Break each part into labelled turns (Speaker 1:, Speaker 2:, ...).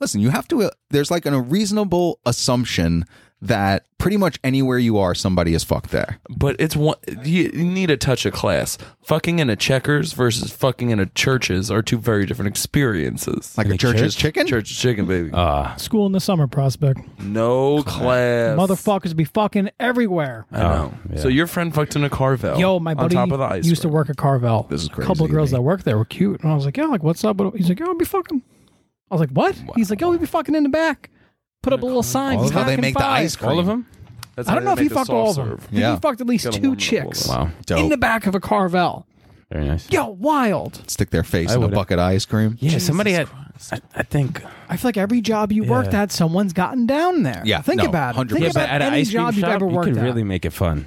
Speaker 1: listen, you have to, uh, there's like an, a reasonable assumption that pretty much anywhere you are, somebody is fucked there.
Speaker 2: But it's one. You you need a touch of class. Fucking in a checkers versus fucking in a churches are two very different experiences.
Speaker 1: Like a church's chicken?
Speaker 2: church is chicken, baby.
Speaker 3: School in the summer prospect.
Speaker 2: no class, Oh,
Speaker 3: Motherfuckers be fucking everywhere.
Speaker 2: I know. So your friend fucked in a Carvel.
Speaker 3: Yo, my buddy
Speaker 2: on top of the ice
Speaker 3: used to work at Carvel.
Speaker 1: This is
Speaker 3: A couple
Speaker 1: crazy
Speaker 3: of
Speaker 1: to
Speaker 3: girls
Speaker 1: me.
Speaker 3: that worked there were cute, and I was like, "Yo, like, what's up?" What- He's like, "Yo, I'll be fucking." I was like, "What?" He's like, "Yo, we be fucking in the back. Put up a little sign."
Speaker 1: That's
Speaker 3: He's
Speaker 1: how they
Speaker 3: hacking
Speaker 1: make the
Speaker 3: five."
Speaker 1: ice cream.
Speaker 4: All of them?
Speaker 2: That's
Speaker 3: I
Speaker 2: how
Speaker 3: don't
Speaker 2: they
Speaker 3: know if
Speaker 2: make
Speaker 3: he
Speaker 2: the
Speaker 3: fucked all of
Speaker 2: soft
Speaker 3: them.
Speaker 2: serve.
Speaker 1: Yeah.
Speaker 3: He fucked at least
Speaker 2: Got a
Speaker 3: two
Speaker 2: woman to pull
Speaker 3: chicks
Speaker 2: them.
Speaker 4: Wow.
Speaker 3: in
Speaker 1: Dope.
Speaker 3: the back of a Carvel.
Speaker 4: Very nice.
Speaker 3: Yo, wild.
Speaker 1: Stick their face in a
Speaker 4: would've-
Speaker 1: bucket of ice cream.
Speaker 4: Yeah, somebody had. I, I think.
Speaker 3: I feel like every job you worked at, someone's gotten down there.
Speaker 1: Yeah,
Speaker 3: think
Speaker 1: no,
Speaker 3: about it.
Speaker 1: 100%.
Speaker 3: Think
Speaker 1: Yeah,
Speaker 3: about
Speaker 4: at an
Speaker 3: any
Speaker 4: ice cream
Speaker 3: job you've
Speaker 4: shop,
Speaker 3: ever worked
Speaker 4: you
Speaker 3: at.
Speaker 4: can really make it fun.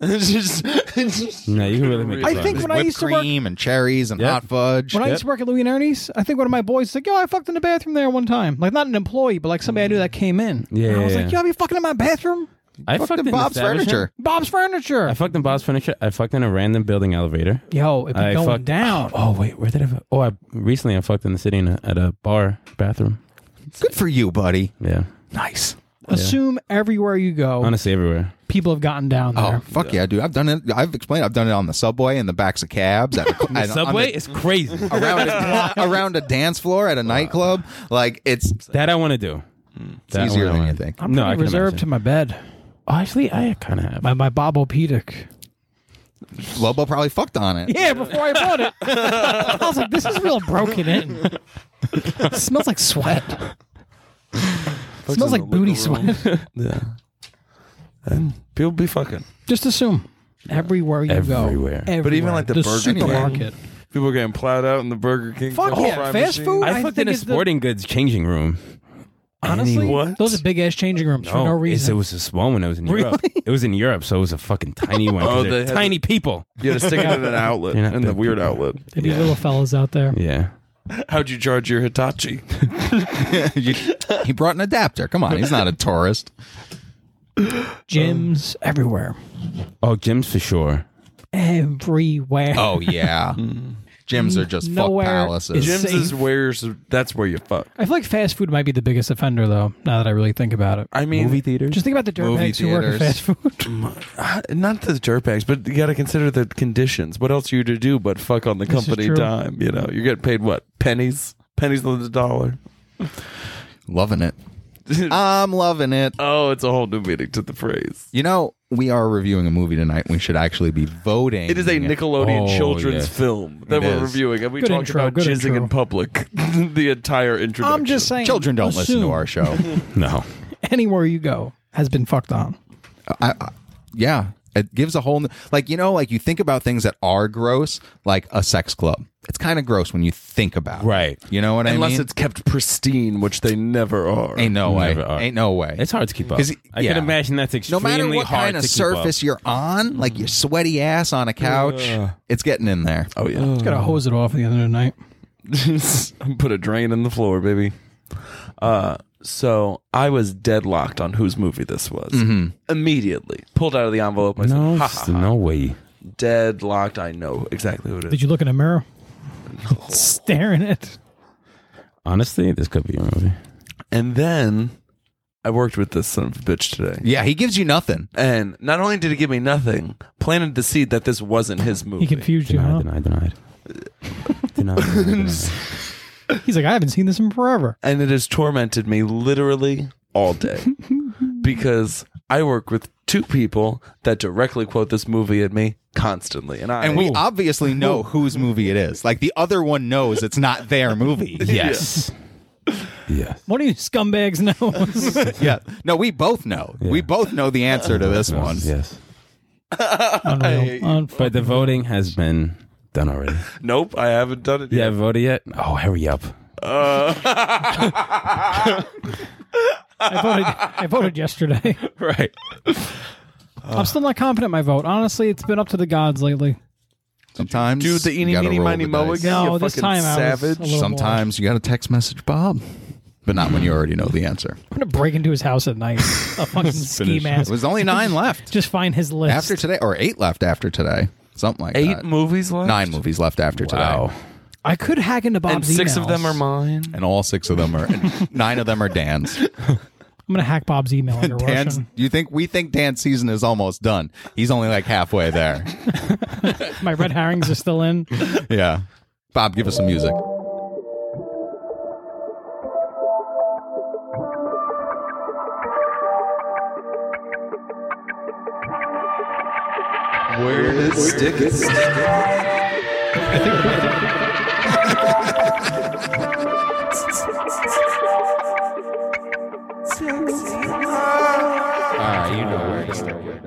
Speaker 2: It's just- it's just-
Speaker 4: No, you can really make it
Speaker 3: I
Speaker 4: fun.
Speaker 3: think when I
Speaker 1: Whipped
Speaker 3: used to work,
Speaker 1: cream and cherries and
Speaker 4: Yeah.
Speaker 1: hot fudge.
Speaker 3: when I used to work at Louis and Ernie's, I think one of my boys said, "Yo, I fucked in the bathroom there one time." Like not an employee, but like somebody I knew that came in.
Speaker 4: Yeah,
Speaker 3: And I was
Speaker 4: Mm. yeah,
Speaker 3: like,
Speaker 4: yeah.
Speaker 3: "Yo, I be fucking in my bathroom."
Speaker 4: I
Speaker 1: Fucked in Bob's
Speaker 4: establishment.
Speaker 1: furniture.
Speaker 3: Bob's Furniture.
Speaker 4: I fucked in Bob's furniture. I fucked in a random building elevator.
Speaker 3: Yo, it be
Speaker 4: I
Speaker 3: going
Speaker 4: fucked
Speaker 3: down.
Speaker 4: Oh wait, where did I? fuck- Oh, I recently I fucked in the city in a, at a bar bathroom.
Speaker 1: Good for you, buddy.
Speaker 4: Yeah,
Speaker 1: Nice.
Speaker 3: Assume everywhere you go,
Speaker 4: honestly, everywhere.
Speaker 3: people have gotten down
Speaker 1: Oh
Speaker 3: there.
Speaker 1: fuck yeah. dude! I've done it. I've explained. I've done it on the subway, in the backs of cabs, at a, at- on the-
Speaker 4: is crazy.
Speaker 1: around a, around a dance floor at a nightclub. Like it's,
Speaker 4: that I want to do.
Speaker 1: it's easier than you think.
Speaker 3: I'm
Speaker 4: No,
Speaker 3: pretty
Speaker 4: I can
Speaker 3: reserved
Speaker 4: imagine.
Speaker 3: to my bed,
Speaker 4: Oh, actually, I kind of have.
Speaker 3: my my Bob Opedic.
Speaker 1: Lobo probably fucked on it.
Speaker 3: Yeah, before I bought it, I was like, "This is real broken in. It smells like sweat. It smells like booty sweat."
Speaker 2: yeah. And people be fucking.
Speaker 3: Just assume everywhere you go,
Speaker 4: Everywhere. But
Speaker 2: even
Speaker 3: Everywhere.
Speaker 2: like the
Speaker 3: the
Speaker 2: Burger King.
Speaker 3: supermarket.
Speaker 2: People getting plowed out in the Burger King.
Speaker 3: Fuck
Speaker 2: french
Speaker 3: yeah,
Speaker 2: fry
Speaker 3: fast
Speaker 2: machine.
Speaker 3: food?
Speaker 4: I,
Speaker 3: I
Speaker 4: fucked
Speaker 3: think
Speaker 4: in a
Speaker 3: it's the-
Speaker 4: sporting goods changing room.
Speaker 3: Honestly,
Speaker 2: What?
Speaker 3: those are big ass changing rooms for
Speaker 4: Oh,
Speaker 3: no
Speaker 4: it's-
Speaker 3: reason.
Speaker 4: It was a small one. It was in Europe. It was in Europe, so it was a fucking tiny one.
Speaker 2: Oh,
Speaker 4: oh,
Speaker 2: they had
Speaker 4: tiny people.
Speaker 2: You had to stick it in an outlet,
Speaker 4: You're not
Speaker 2: in the
Speaker 4: big
Speaker 2: weird
Speaker 4: people.
Speaker 2: outlet.
Speaker 3: Maybe little fellas out there.
Speaker 4: Yeah.
Speaker 2: How'd you charge your Hitachi?
Speaker 1: You- he brought an adapter. Come on, he's not a tourist.
Speaker 3: Gyms everywhere.
Speaker 4: Oh, gyms for sure.
Speaker 3: Everywhere.
Speaker 1: Oh yeah, gyms are just
Speaker 3: Nowhere
Speaker 1: fuck palaces.
Speaker 3: is-
Speaker 2: Gyms
Speaker 3: Safe.
Speaker 2: is where's that's where you fuck.
Speaker 3: I feel like fast food might be the biggest offender, though, now that I really think about it.
Speaker 2: I mean,
Speaker 4: Movie theaters.
Speaker 3: Just think about the
Speaker 1: Movie
Speaker 3: dirtbags who work at
Speaker 1: theaters.
Speaker 3: fast food.
Speaker 2: not the dirtbags, but you got to consider the conditions. What else are you to do but fuck on the
Speaker 3: is
Speaker 2: company
Speaker 3: true.
Speaker 2: dime? You know, you're getting paid what pennies, pennies on the dollar.
Speaker 1: loving it. I'm loving it.
Speaker 2: Oh, it's a whole new meaning to the phrase.
Speaker 1: You know, we are reviewing a movie tonight. We should actually be voting.
Speaker 2: It is a Nickelodeon
Speaker 4: Oh,
Speaker 2: children's
Speaker 4: yes.
Speaker 2: film that
Speaker 1: It
Speaker 2: we're
Speaker 1: is.
Speaker 2: reviewing, and we
Speaker 3: Good
Speaker 2: talked
Speaker 3: intro,
Speaker 2: about
Speaker 3: good
Speaker 2: jizzing
Speaker 3: intro.
Speaker 2: in public the entire introduction.
Speaker 3: I'm just saying.
Speaker 1: Children don't listen to
Speaker 3: assume
Speaker 1: our show.
Speaker 4: no.
Speaker 3: Anywhere you go has been fucked on.
Speaker 1: yeah it gives a whole n- like you know like you think about things that are gross like a sex club it's kind of gross when you think about it.
Speaker 4: Right.
Speaker 1: you know what i
Speaker 2: unless
Speaker 1: mean
Speaker 2: it's kept pristine, which they never are.
Speaker 1: ain't no way
Speaker 4: Mm-hmm. Never are.
Speaker 1: ain't no way
Speaker 4: It's hard to keep up.
Speaker 1: 'Cause,
Speaker 4: I
Speaker 1: yeah.
Speaker 4: can imagine that's
Speaker 1: no
Speaker 4: extremely
Speaker 1: matter what
Speaker 4: hard
Speaker 1: kind of
Speaker 4: to keep up. Mm.
Speaker 1: surface you're on like your sweaty ass on a couch it's getting in there
Speaker 2: Oh yeah,
Speaker 3: Gotta hose it off the other night.
Speaker 2: put a drain in the floor, baby. Uh, so I was deadlocked on whose movie this was.
Speaker 1: Mm-hmm.
Speaker 2: Immediately pulled out of the envelope. I said,
Speaker 4: No,
Speaker 2: ha,
Speaker 4: s- no way.
Speaker 2: deadlocked. I know exactly what it
Speaker 3: Did
Speaker 2: is.
Speaker 3: you look in a mirror? Staring at.
Speaker 4: Honestly, this could be a movie.
Speaker 2: and then I worked with this son of a bitch today.
Speaker 1: yeah he gives you nothing
Speaker 2: And not only did he give me nothing, planted the seed that this wasn't his
Speaker 3: He
Speaker 2: movie.
Speaker 3: confused you,
Speaker 4: Denied,
Speaker 3: huh?
Speaker 4: denied, denied. denied, denied, denied.
Speaker 3: He's like, I haven't seen this in forever.
Speaker 2: and it has tormented me literally all day because I work with two people that directly quote this movie at me constantly, and I
Speaker 1: and we obviously know whose movie it is like the other one knows it's not their movie
Speaker 4: Yes. yes.
Speaker 3: One of you scumbags knows.
Speaker 1: yeah no we both know we both know the answer to this one
Speaker 4: Yes.
Speaker 3: Unreal. Unfucking-
Speaker 4: But the voting has been done already.
Speaker 2: nope, I haven't done it
Speaker 4: Yeah,
Speaker 2: yet.
Speaker 4: voted yet? Oh, hurry up.
Speaker 3: I voted. I voted yesterday.
Speaker 4: Right.
Speaker 3: I'm still not confident in my vote. Honestly, it's been up to the gods lately.
Speaker 1: sometimes
Speaker 2: Dude, the
Speaker 1: you
Speaker 2: eeny,
Speaker 1: gotta
Speaker 2: meeny,
Speaker 1: roll
Speaker 2: miny,
Speaker 1: the
Speaker 2: moe
Speaker 1: dice.
Speaker 2: again.
Speaker 3: No,
Speaker 2: you
Speaker 3: this
Speaker 2: fucking
Speaker 3: time
Speaker 2: savage.
Speaker 3: I was a little More.
Speaker 1: Sometimes you got to text message Bob, but not when you already know the answer.
Speaker 3: I'm gonna break into his house at night. A fucking ski
Speaker 1: It
Speaker 3: mask.
Speaker 1: was only nine left
Speaker 3: Just find his list.
Speaker 1: after today, or eight left after today, something like
Speaker 2: Eight
Speaker 1: that.
Speaker 2: movies left.
Speaker 1: Nine movies left after
Speaker 4: Wow.
Speaker 1: today.
Speaker 3: I could hack into Bob's
Speaker 2: and six
Speaker 3: emails.
Speaker 2: of them are mine.
Speaker 1: and all six of them are nine of them are Dan's.
Speaker 3: I'm gonna hack Bob's email under
Speaker 1: Dan's
Speaker 3: Russian.
Speaker 1: you think we think Dan's season is almost done. He's only like halfway there.
Speaker 3: My red herrings are still in.
Speaker 1: yeah. Bob, give us some music.
Speaker 2: Where is stick it?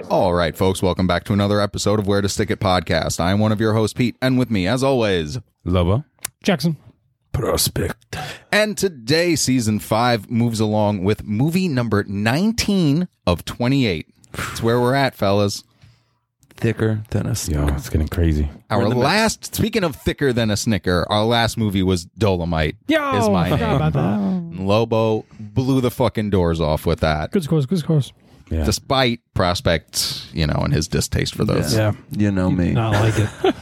Speaker 1: All right, folks, welcome back to another episode of Where to Stick It podcast. I'm one of your hosts, Pete, and with me, as always,
Speaker 4: Lobo.
Speaker 3: Jackson.
Speaker 2: Prospect.
Speaker 1: and today, season five moves along with movie number 19 of 28. That's where we're at, fellas.
Speaker 2: Thicker than a stick.
Speaker 4: Yo, it's getting crazy.
Speaker 1: Our last, speaking of thicker than a snicker, our last movie was Dolomite.
Speaker 3: Yo,
Speaker 1: is my
Speaker 3: I forgot
Speaker 1: name.
Speaker 3: about that.
Speaker 1: Lobo blew the fucking doors off with that,
Speaker 3: Good scores. Good scores.
Speaker 4: Yeah.
Speaker 1: despite Prospect, you know, and his distaste for those.
Speaker 4: yeah.
Speaker 2: You know me.
Speaker 3: Not like it.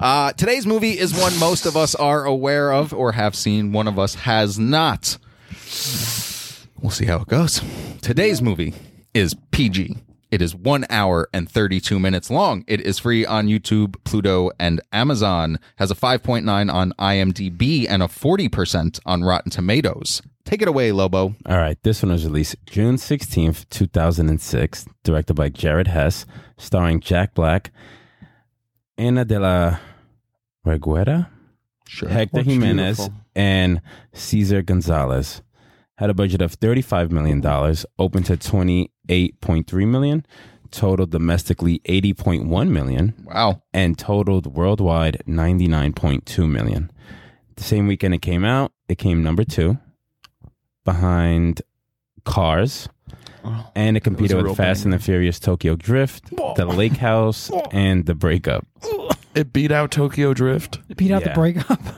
Speaker 1: Uh, today's movie is one most of us are aware of or have seen. One of us has not. We'll see how it goes. Today's movie is PG. It is one hour and 32 minutes long. It is free on YouTube, Pluto, and Amazon. Has a 5.9 on IMDb and a 40% on Rotten Tomatoes. Take it away, Lobo.
Speaker 4: All right, this one was released June 16th, 2006, directed by Jared Hess, starring Jack Black, Ana de la Reguera,
Speaker 1: Sure.
Speaker 4: Hector
Speaker 2: Looks
Speaker 4: Jimenez,
Speaker 2: beautiful.
Speaker 4: and Cesar Gonzalez. Had a budget of $35 million, open to $28.3 million, totaled domestically $80.1 million,
Speaker 1: Wow.
Speaker 4: and totaled worldwide 99.2 million. The same weekend it came out, it came number two behind Cars,
Speaker 2: Oh,
Speaker 4: and it competed
Speaker 2: a
Speaker 4: with
Speaker 2: real
Speaker 4: Fast
Speaker 2: banger.
Speaker 4: and the Furious Tokyo Drift, The Lake House, and The Breakup.
Speaker 2: It beat out Tokyo Drift.
Speaker 3: Beat out the
Speaker 4: Yeah.
Speaker 3: breakup.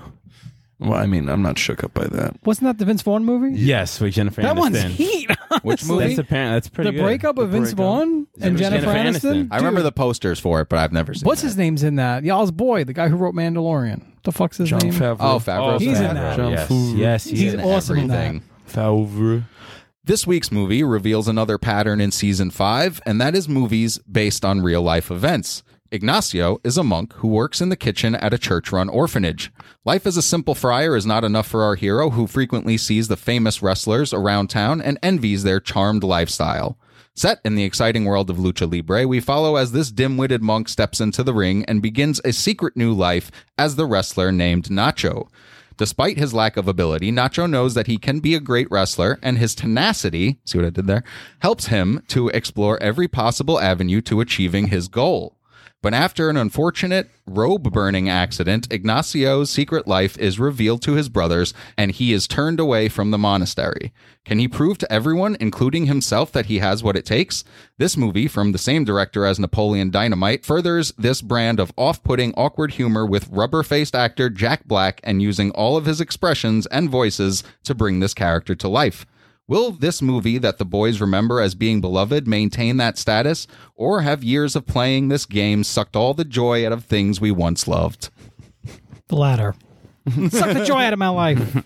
Speaker 2: Well, I mean, I'm not shook up by that.
Speaker 3: Wasn't that the Vince Vaughn movie?
Speaker 4: Yes, with Jennifer
Speaker 3: that one's
Speaker 4: Aniston.
Speaker 3: heat.
Speaker 1: Which
Speaker 3: honestly.
Speaker 1: movie?
Speaker 4: That's apparent. That's pretty
Speaker 3: The
Speaker 4: good.
Speaker 3: breakup of
Speaker 2: The
Speaker 3: Vince
Speaker 2: Breakup.
Speaker 3: Vaughn and Jennifer,
Speaker 4: Jennifer
Speaker 3: Aniston.
Speaker 4: Aniston.
Speaker 1: I remember
Speaker 3: Dude,
Speaker 1: the posters for it, but I've never seen
Speaker 3: what's
Speaker 1: it.
Speaker 3: his name's in that? Y'all's boy, the guy who wrote Mandalorian. The fuck's his
Speaker 2: John
Speaker 3: name?
Speaker 2: Favreau.
Speaker 1: Oh, Favreau.
Speaker 4: Oh,
Speaker 3: He's in
Speaker 4: Favreau.
Speaker 3: that.
Speaker 2: John
Speaker 4: Yes,
Speaker 2: Favreau.
Speaker 4: yes, he
Speaker 3: He's
Speaker 4: is.
Speaker 3: awesome in that.
Speaker 2: Favreau.
Speaker 1: This week's movie reveals another pattern in season five, and that is movies based on real life events. Ignacio is a monk who works in the kitchen at a church run orphanage. Life as a simple friar is not enough for our hero, who frequently sees the famous wrestlers around town and envies their charmed lifestyle. Set in the exciting world of lucha libre, we follow as this dim witted monk steps into the ring and begins a secret new life as the wrestler named Nacho. Despite his lack of ability, Nacho knows that he can be a great wrestler, and his tenacity, see what I did there, helps him to explore every possible avenue to achieving his goal. But after an unfortunate robe burning accident, Ignacio's secret life is revealed to his brothers, and he is turned away from the monastery. Can he prove to everyone, including himself, that he has what it takes? This movie, from the same director as Napoleon Dynamite, furthers this brand of off putting, awkward humor with rubber faced actor Jack Black and using all of his expressions and voices to bring this character to life. Will this movie that the boys remember as being beloved maintain that status, or have years of playing this game sucked all the joy out of things we once loved?
Speaker 3: The latter. Suck the joy out of my life.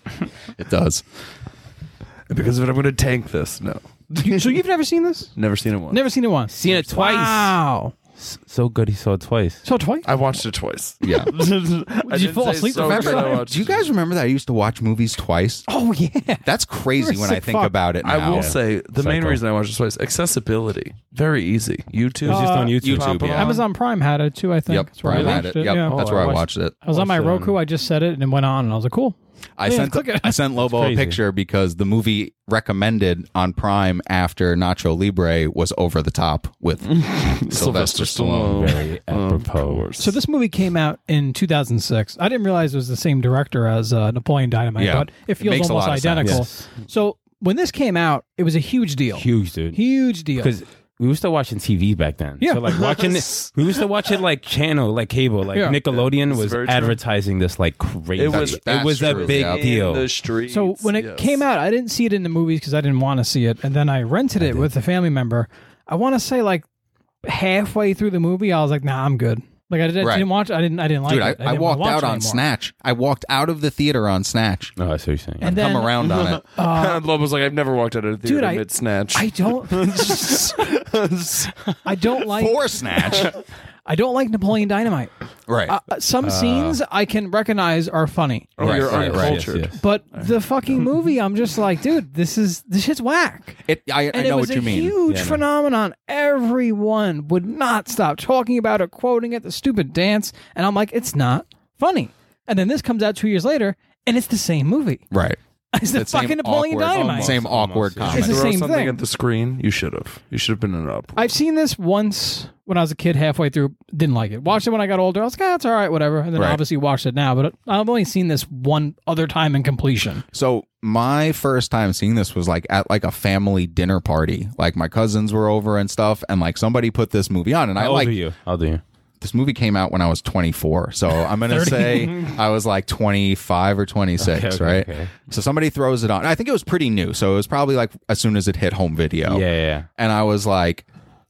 Speaker 1: It does.
Speaker 2: Because of it, I'm going to tank this. No.
Speaker 3: so you've never seen this?
Speaker 2: Never seen it once.
Speaker 3: Never seen it once.
Speaker 4: Seen it twice.
Speaker 3: Wow.
Speaker 4: S- So good he saw it twice.
Speaker 3: So twice.
Speaker 2: I watched it twice.
Speaker 1: Yeah.
Speaker 2: Did
Speaker 3: you fall asleep the first time?
Speaker 1: Do you guys remember that I used to watch movies twice?
Speaker 3: Oh yeah.
Speaker 1: That's crazy
Speaker 3: You're a
Speaker 1: when I
Speaker 3: sick
Speaker 1: think
Speaker 3: fuck.
Speaker 1: about it.
Speaker 2: I
Speaker 1: Now.
Speaker 2: will say the main
Speaker 4: Psycho.
Speaker 2: reason I watched this twice accessibility. Very easy. YouTube.
Speaker 4: It was
Speaker 3: Uh,
Speaker 4: just on YouTube.
Speaker 1: YouTube,
Speaker 2: Pop it
Speaker 1: yeah.
Speaker 2: on.
Speaker 3: Amazon Prime had it too. I think.
Speaker 1: Yep,
Speaker 3: That's where
Speaker 1: Brian
Speaker 3: I
Speaker 1: had
Speaker 3: watched
Speaker 1: it. Yep,
Speaker 3: Yeah.
Speaker 1: that's
Speaker 4: Oh,
Speaker 1: where I
Speaker 4: I
Speaker 1: watched it.
Speaker 3: I was on my
Speaker 4: Awesome.
Speaker 3: Roku. I just said it and it went on, and I was like, cool.
Speaker 1: I
Speaker 3: Yeah,
Speaker 1: sent
Speaker 3: click it.
Speaker 1: I sent Lobo a
Speaker 4: crazy.
Speaker 1: picture because the movie recommended on Prime after Nacho Libre was over the top with Sylvester Stallone.
Speaker 4: Very apropos.
Speaker 3: So this movie came out in 2006. I didn't realize it was the same director as uh, Napoleon Dynamite,
Speaker 1: Yeah.
Speaker 3: but it feels
Speaker 1: makes a
Speaker 3: almost
Speaker 1: lot of sense.
Speaker 3: identical.
Speaker 4: Yes.
Speaker 3: So when this came out, it was a huge deal.
Speaker 4: Huge, dude.
Speaker 3: Huge deal.
Speaker 4: because we were still watching TV back then.
Speaker 3: Yeah.
Speaker 4: so like watching it, we used to watch it like channel, like cable, like
Speaker 3: Yeah.
Speaker 4: Nickelodeon was
Speaker 2: very true.
Speaker 4: advertising this like crazy.
Speaker 2: It was-
Speaker 4: it was
Speaker 1: that's
Speaker 4: a
Speaker 1: true,
Speaker 4: big
Speaker 1: yeah.
Speaker 4: deal.
Speaker 2: street.
Speaker 3: So when it came out, I didn't see it in the movies because I didn't want to see it, and then I rented it with a family member. I want to say like halfway through the movie, I was like, "Nah, I'm good." Like I didn't,
Speaker 1: Right.
Speaker 3: I didn't watch. I didn't. I didn't like
Speaker 1: Dude, I,
Speaker 3: it.
Speaker 1: I,
Speaker 3: didn't wanna
Speaker 1: walked
Speaker 3: watch
Speaker 1: out
Speaker 3: it
Speaker 1: on
Speaker 3: anymore.
Speaker 1: Snatch. I walked out of the theater on Snatch.
Speaker 4: Oh, I see what you're saying.
Speaker 3: And then,
Speaker 1: Come around on it.
Speaker 2: Lobo's like, I've never walked out of a theater
Speaker 3: Dude, I-
Speaker 2: mid snatch.
Speaker 3: I don't. I don't like.
Speaker 1: For Snatch.
Speaker 3: I don't like Napoleon Dynamite.
Speaker 1: right.
Speaker 3: Uh, some scenes I can recognize are funny,
Speaker 2: Oh,
Speaker 1: Right,
Speaker 2: you're
Speaker 1: right, right.
Speaker 2: uncultured.
Speaker 4: Yes, yes.
Speaker 3: but the fucking movie, I'm just like, dude, this is this shit's whack.
Speaker 1: it, I, I
Speaker 3: And it
Speaker 1: know
Speaker 3: was
Speaker 1: what you
Speaker 3: a
Speaker 1: mean.
Speaker 3: huge
Speaker 4: Yeah, I know.
Speaker 3: phenomenon. Everyone would not stop talking about it, quoting it, the stupid dance, and I'm like, it's not funny. And then this comes out two years later, and it's the same movie.
Speaker 1: Right.
Speaker 3: It's the
Speaker 1: That same
Speaker 3: fucking Napoleon
Speaker 1: awkward-
Speaker 3: Dynamite.
Speaker 1: Same
Speaker 4: Almost,
Speaker 1: awkward
Speaker 4: yeah.
Speaker 1: comment.
Speaker 3: It's the
Speaker 2: Throw
Speaker 3: same
Speaker 2: something
Speaker 3: thing.
Speaker 2: at the screen. You should have. You should have been in an up.
Speaker 3: I've seen this once when I was a kid, halfway through, didn't like it. Watched it when I got older. I was like, ah, it's all right, whatever. And then
Speaker 1: Right.
Speaker 3: obviously watched it now, but I've only seen this one other time in completion.
Speaker 1: So my first time seeing this was like at like a family dinner party. Like my cousins were over and stuff, and like somebody put this movie on, and I
Speaker 4: How old
Speaker 1: like
Speaker 4: are you? How old are you?
Speaker 1: this movie came out when I was 24. So I'm going to say I was like 25 or 26,
Speaker 4: Okay, okay,
Speaker 1: right?
Speaker 4: okay.
Speaker 1: So somebody throws it on. I think it was pretty new. So it was probably like as soon as it hit home video.
Speaker 4: Yeah, yeah,
Speaker 1: And I was like,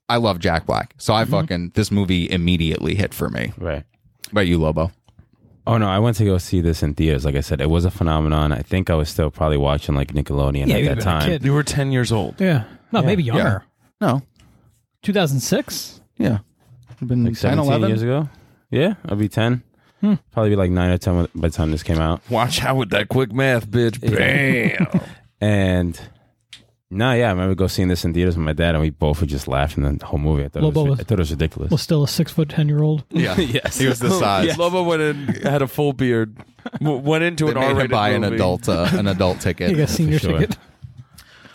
Speaker 1: I love Jack Black. So I fucking, this movie immediately hit for me.
Speaker 4: yeah. Right.
Speaker 1: But you, Lobo.
Speaker 4: Oh no, I went to go see this in theaters. Like I said, it was a phenomenon. I think I was still probably watching like Nickelodeon
Speaker 3: Yeah,
Speaker 4: at
Speaker 3: you'd have been
Speaker 4: that
Speaker 3: a
Speaker 4: time.
Speaker 3: kid.
Speaker 2: You were ten years old.
Speaker 3: Yeah. No, maybe younger.
Speaker 1: No.
Speaker 3: 2006?
Speaker 1: Yeah. I've been
Speaker 4: Like
Speaker 1: 10,
Speaker 4: 17
Speaker 1: 11.
Speaker 4: years ago. Yeah, I'll be 10.
Speaker 3: Hmm.
Speaker 4: Probably be like 9 or 10 by the time this came out.
Speaker 2: Watch out with that quick math, bitch. Bam.
Speaker 4: And no, yeah, I remember go seeing this in theaters with my dad, and we both were just laughing the whole movie. I thought, it
Speaker 3: Lobo
Speaker 4: was,
Speaker 3: was-
Speaker 4: I thought it was ridiculous.
Speaker 3: Was still a six foot 10 year old.
Speaker 1: Yeah. yes. He was the size.
Speaker 2: Lobo went in, had a full beard, w- went into
Speaker 1: They
Speaker 2: an
Speaker 1: made him
Speaker 2: R-rated
Speaker 1: buy an
Speaker 2: movie.
Speaker 1: adult, uh, an adult
Speaker 3: You got
Speaker 1: ticket.
Speaker 3: senior
Speaker 4: sure.
Speaker 3: ticket.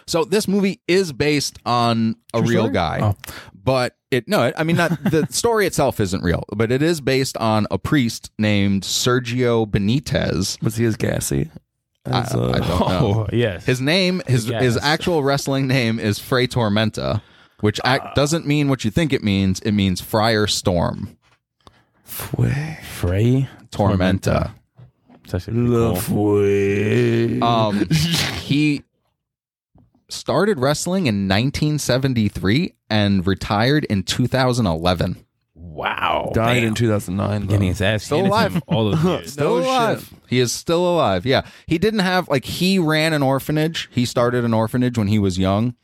Speaker 1: So this movie is based on a real
Speaker 3: story?
Speaker 1: guy, but it no, I mean not the story itself isn't real, but it is based on a priest named Sergio Benitez.
Speaker 2: Was he as gassy? As, uh,
Speaker 1: I don't know.
Speaker 4: Oh, yes.
Speaker 1: His name, his
Speaker 4: Yes.
Speaker 1: his actual wrestling name is Frey Tormenta, which act, doesn't mean what you think it means. It means Friar Storm
Speaker 2: Fue.
Speaker 4: Frey
Speaker 1: Tormenta.
Speaker 4: It's actually pretty
Speaker 2: La
Speaker 4: cool.
Speaker 2: fue.
Speaker 1: Um, he started wrestling in 1973 and retired in 2011.
Speaker 4: Wow.
Speaker 2: Died in 2009.
Speaker 4: Getting
Speaker 2: though.
Speaker 4: his ass
Speaker 1: Still
Speaker 4: handed to
Speaker 1: alive.
Speaker 4: him all of years.
Speaker 1: Still
Speaker 2: No shit.
Speaker 1: alive. He is still alive. Yeah. He didn't have like he ran an orphanage. He started an orphanage when he was young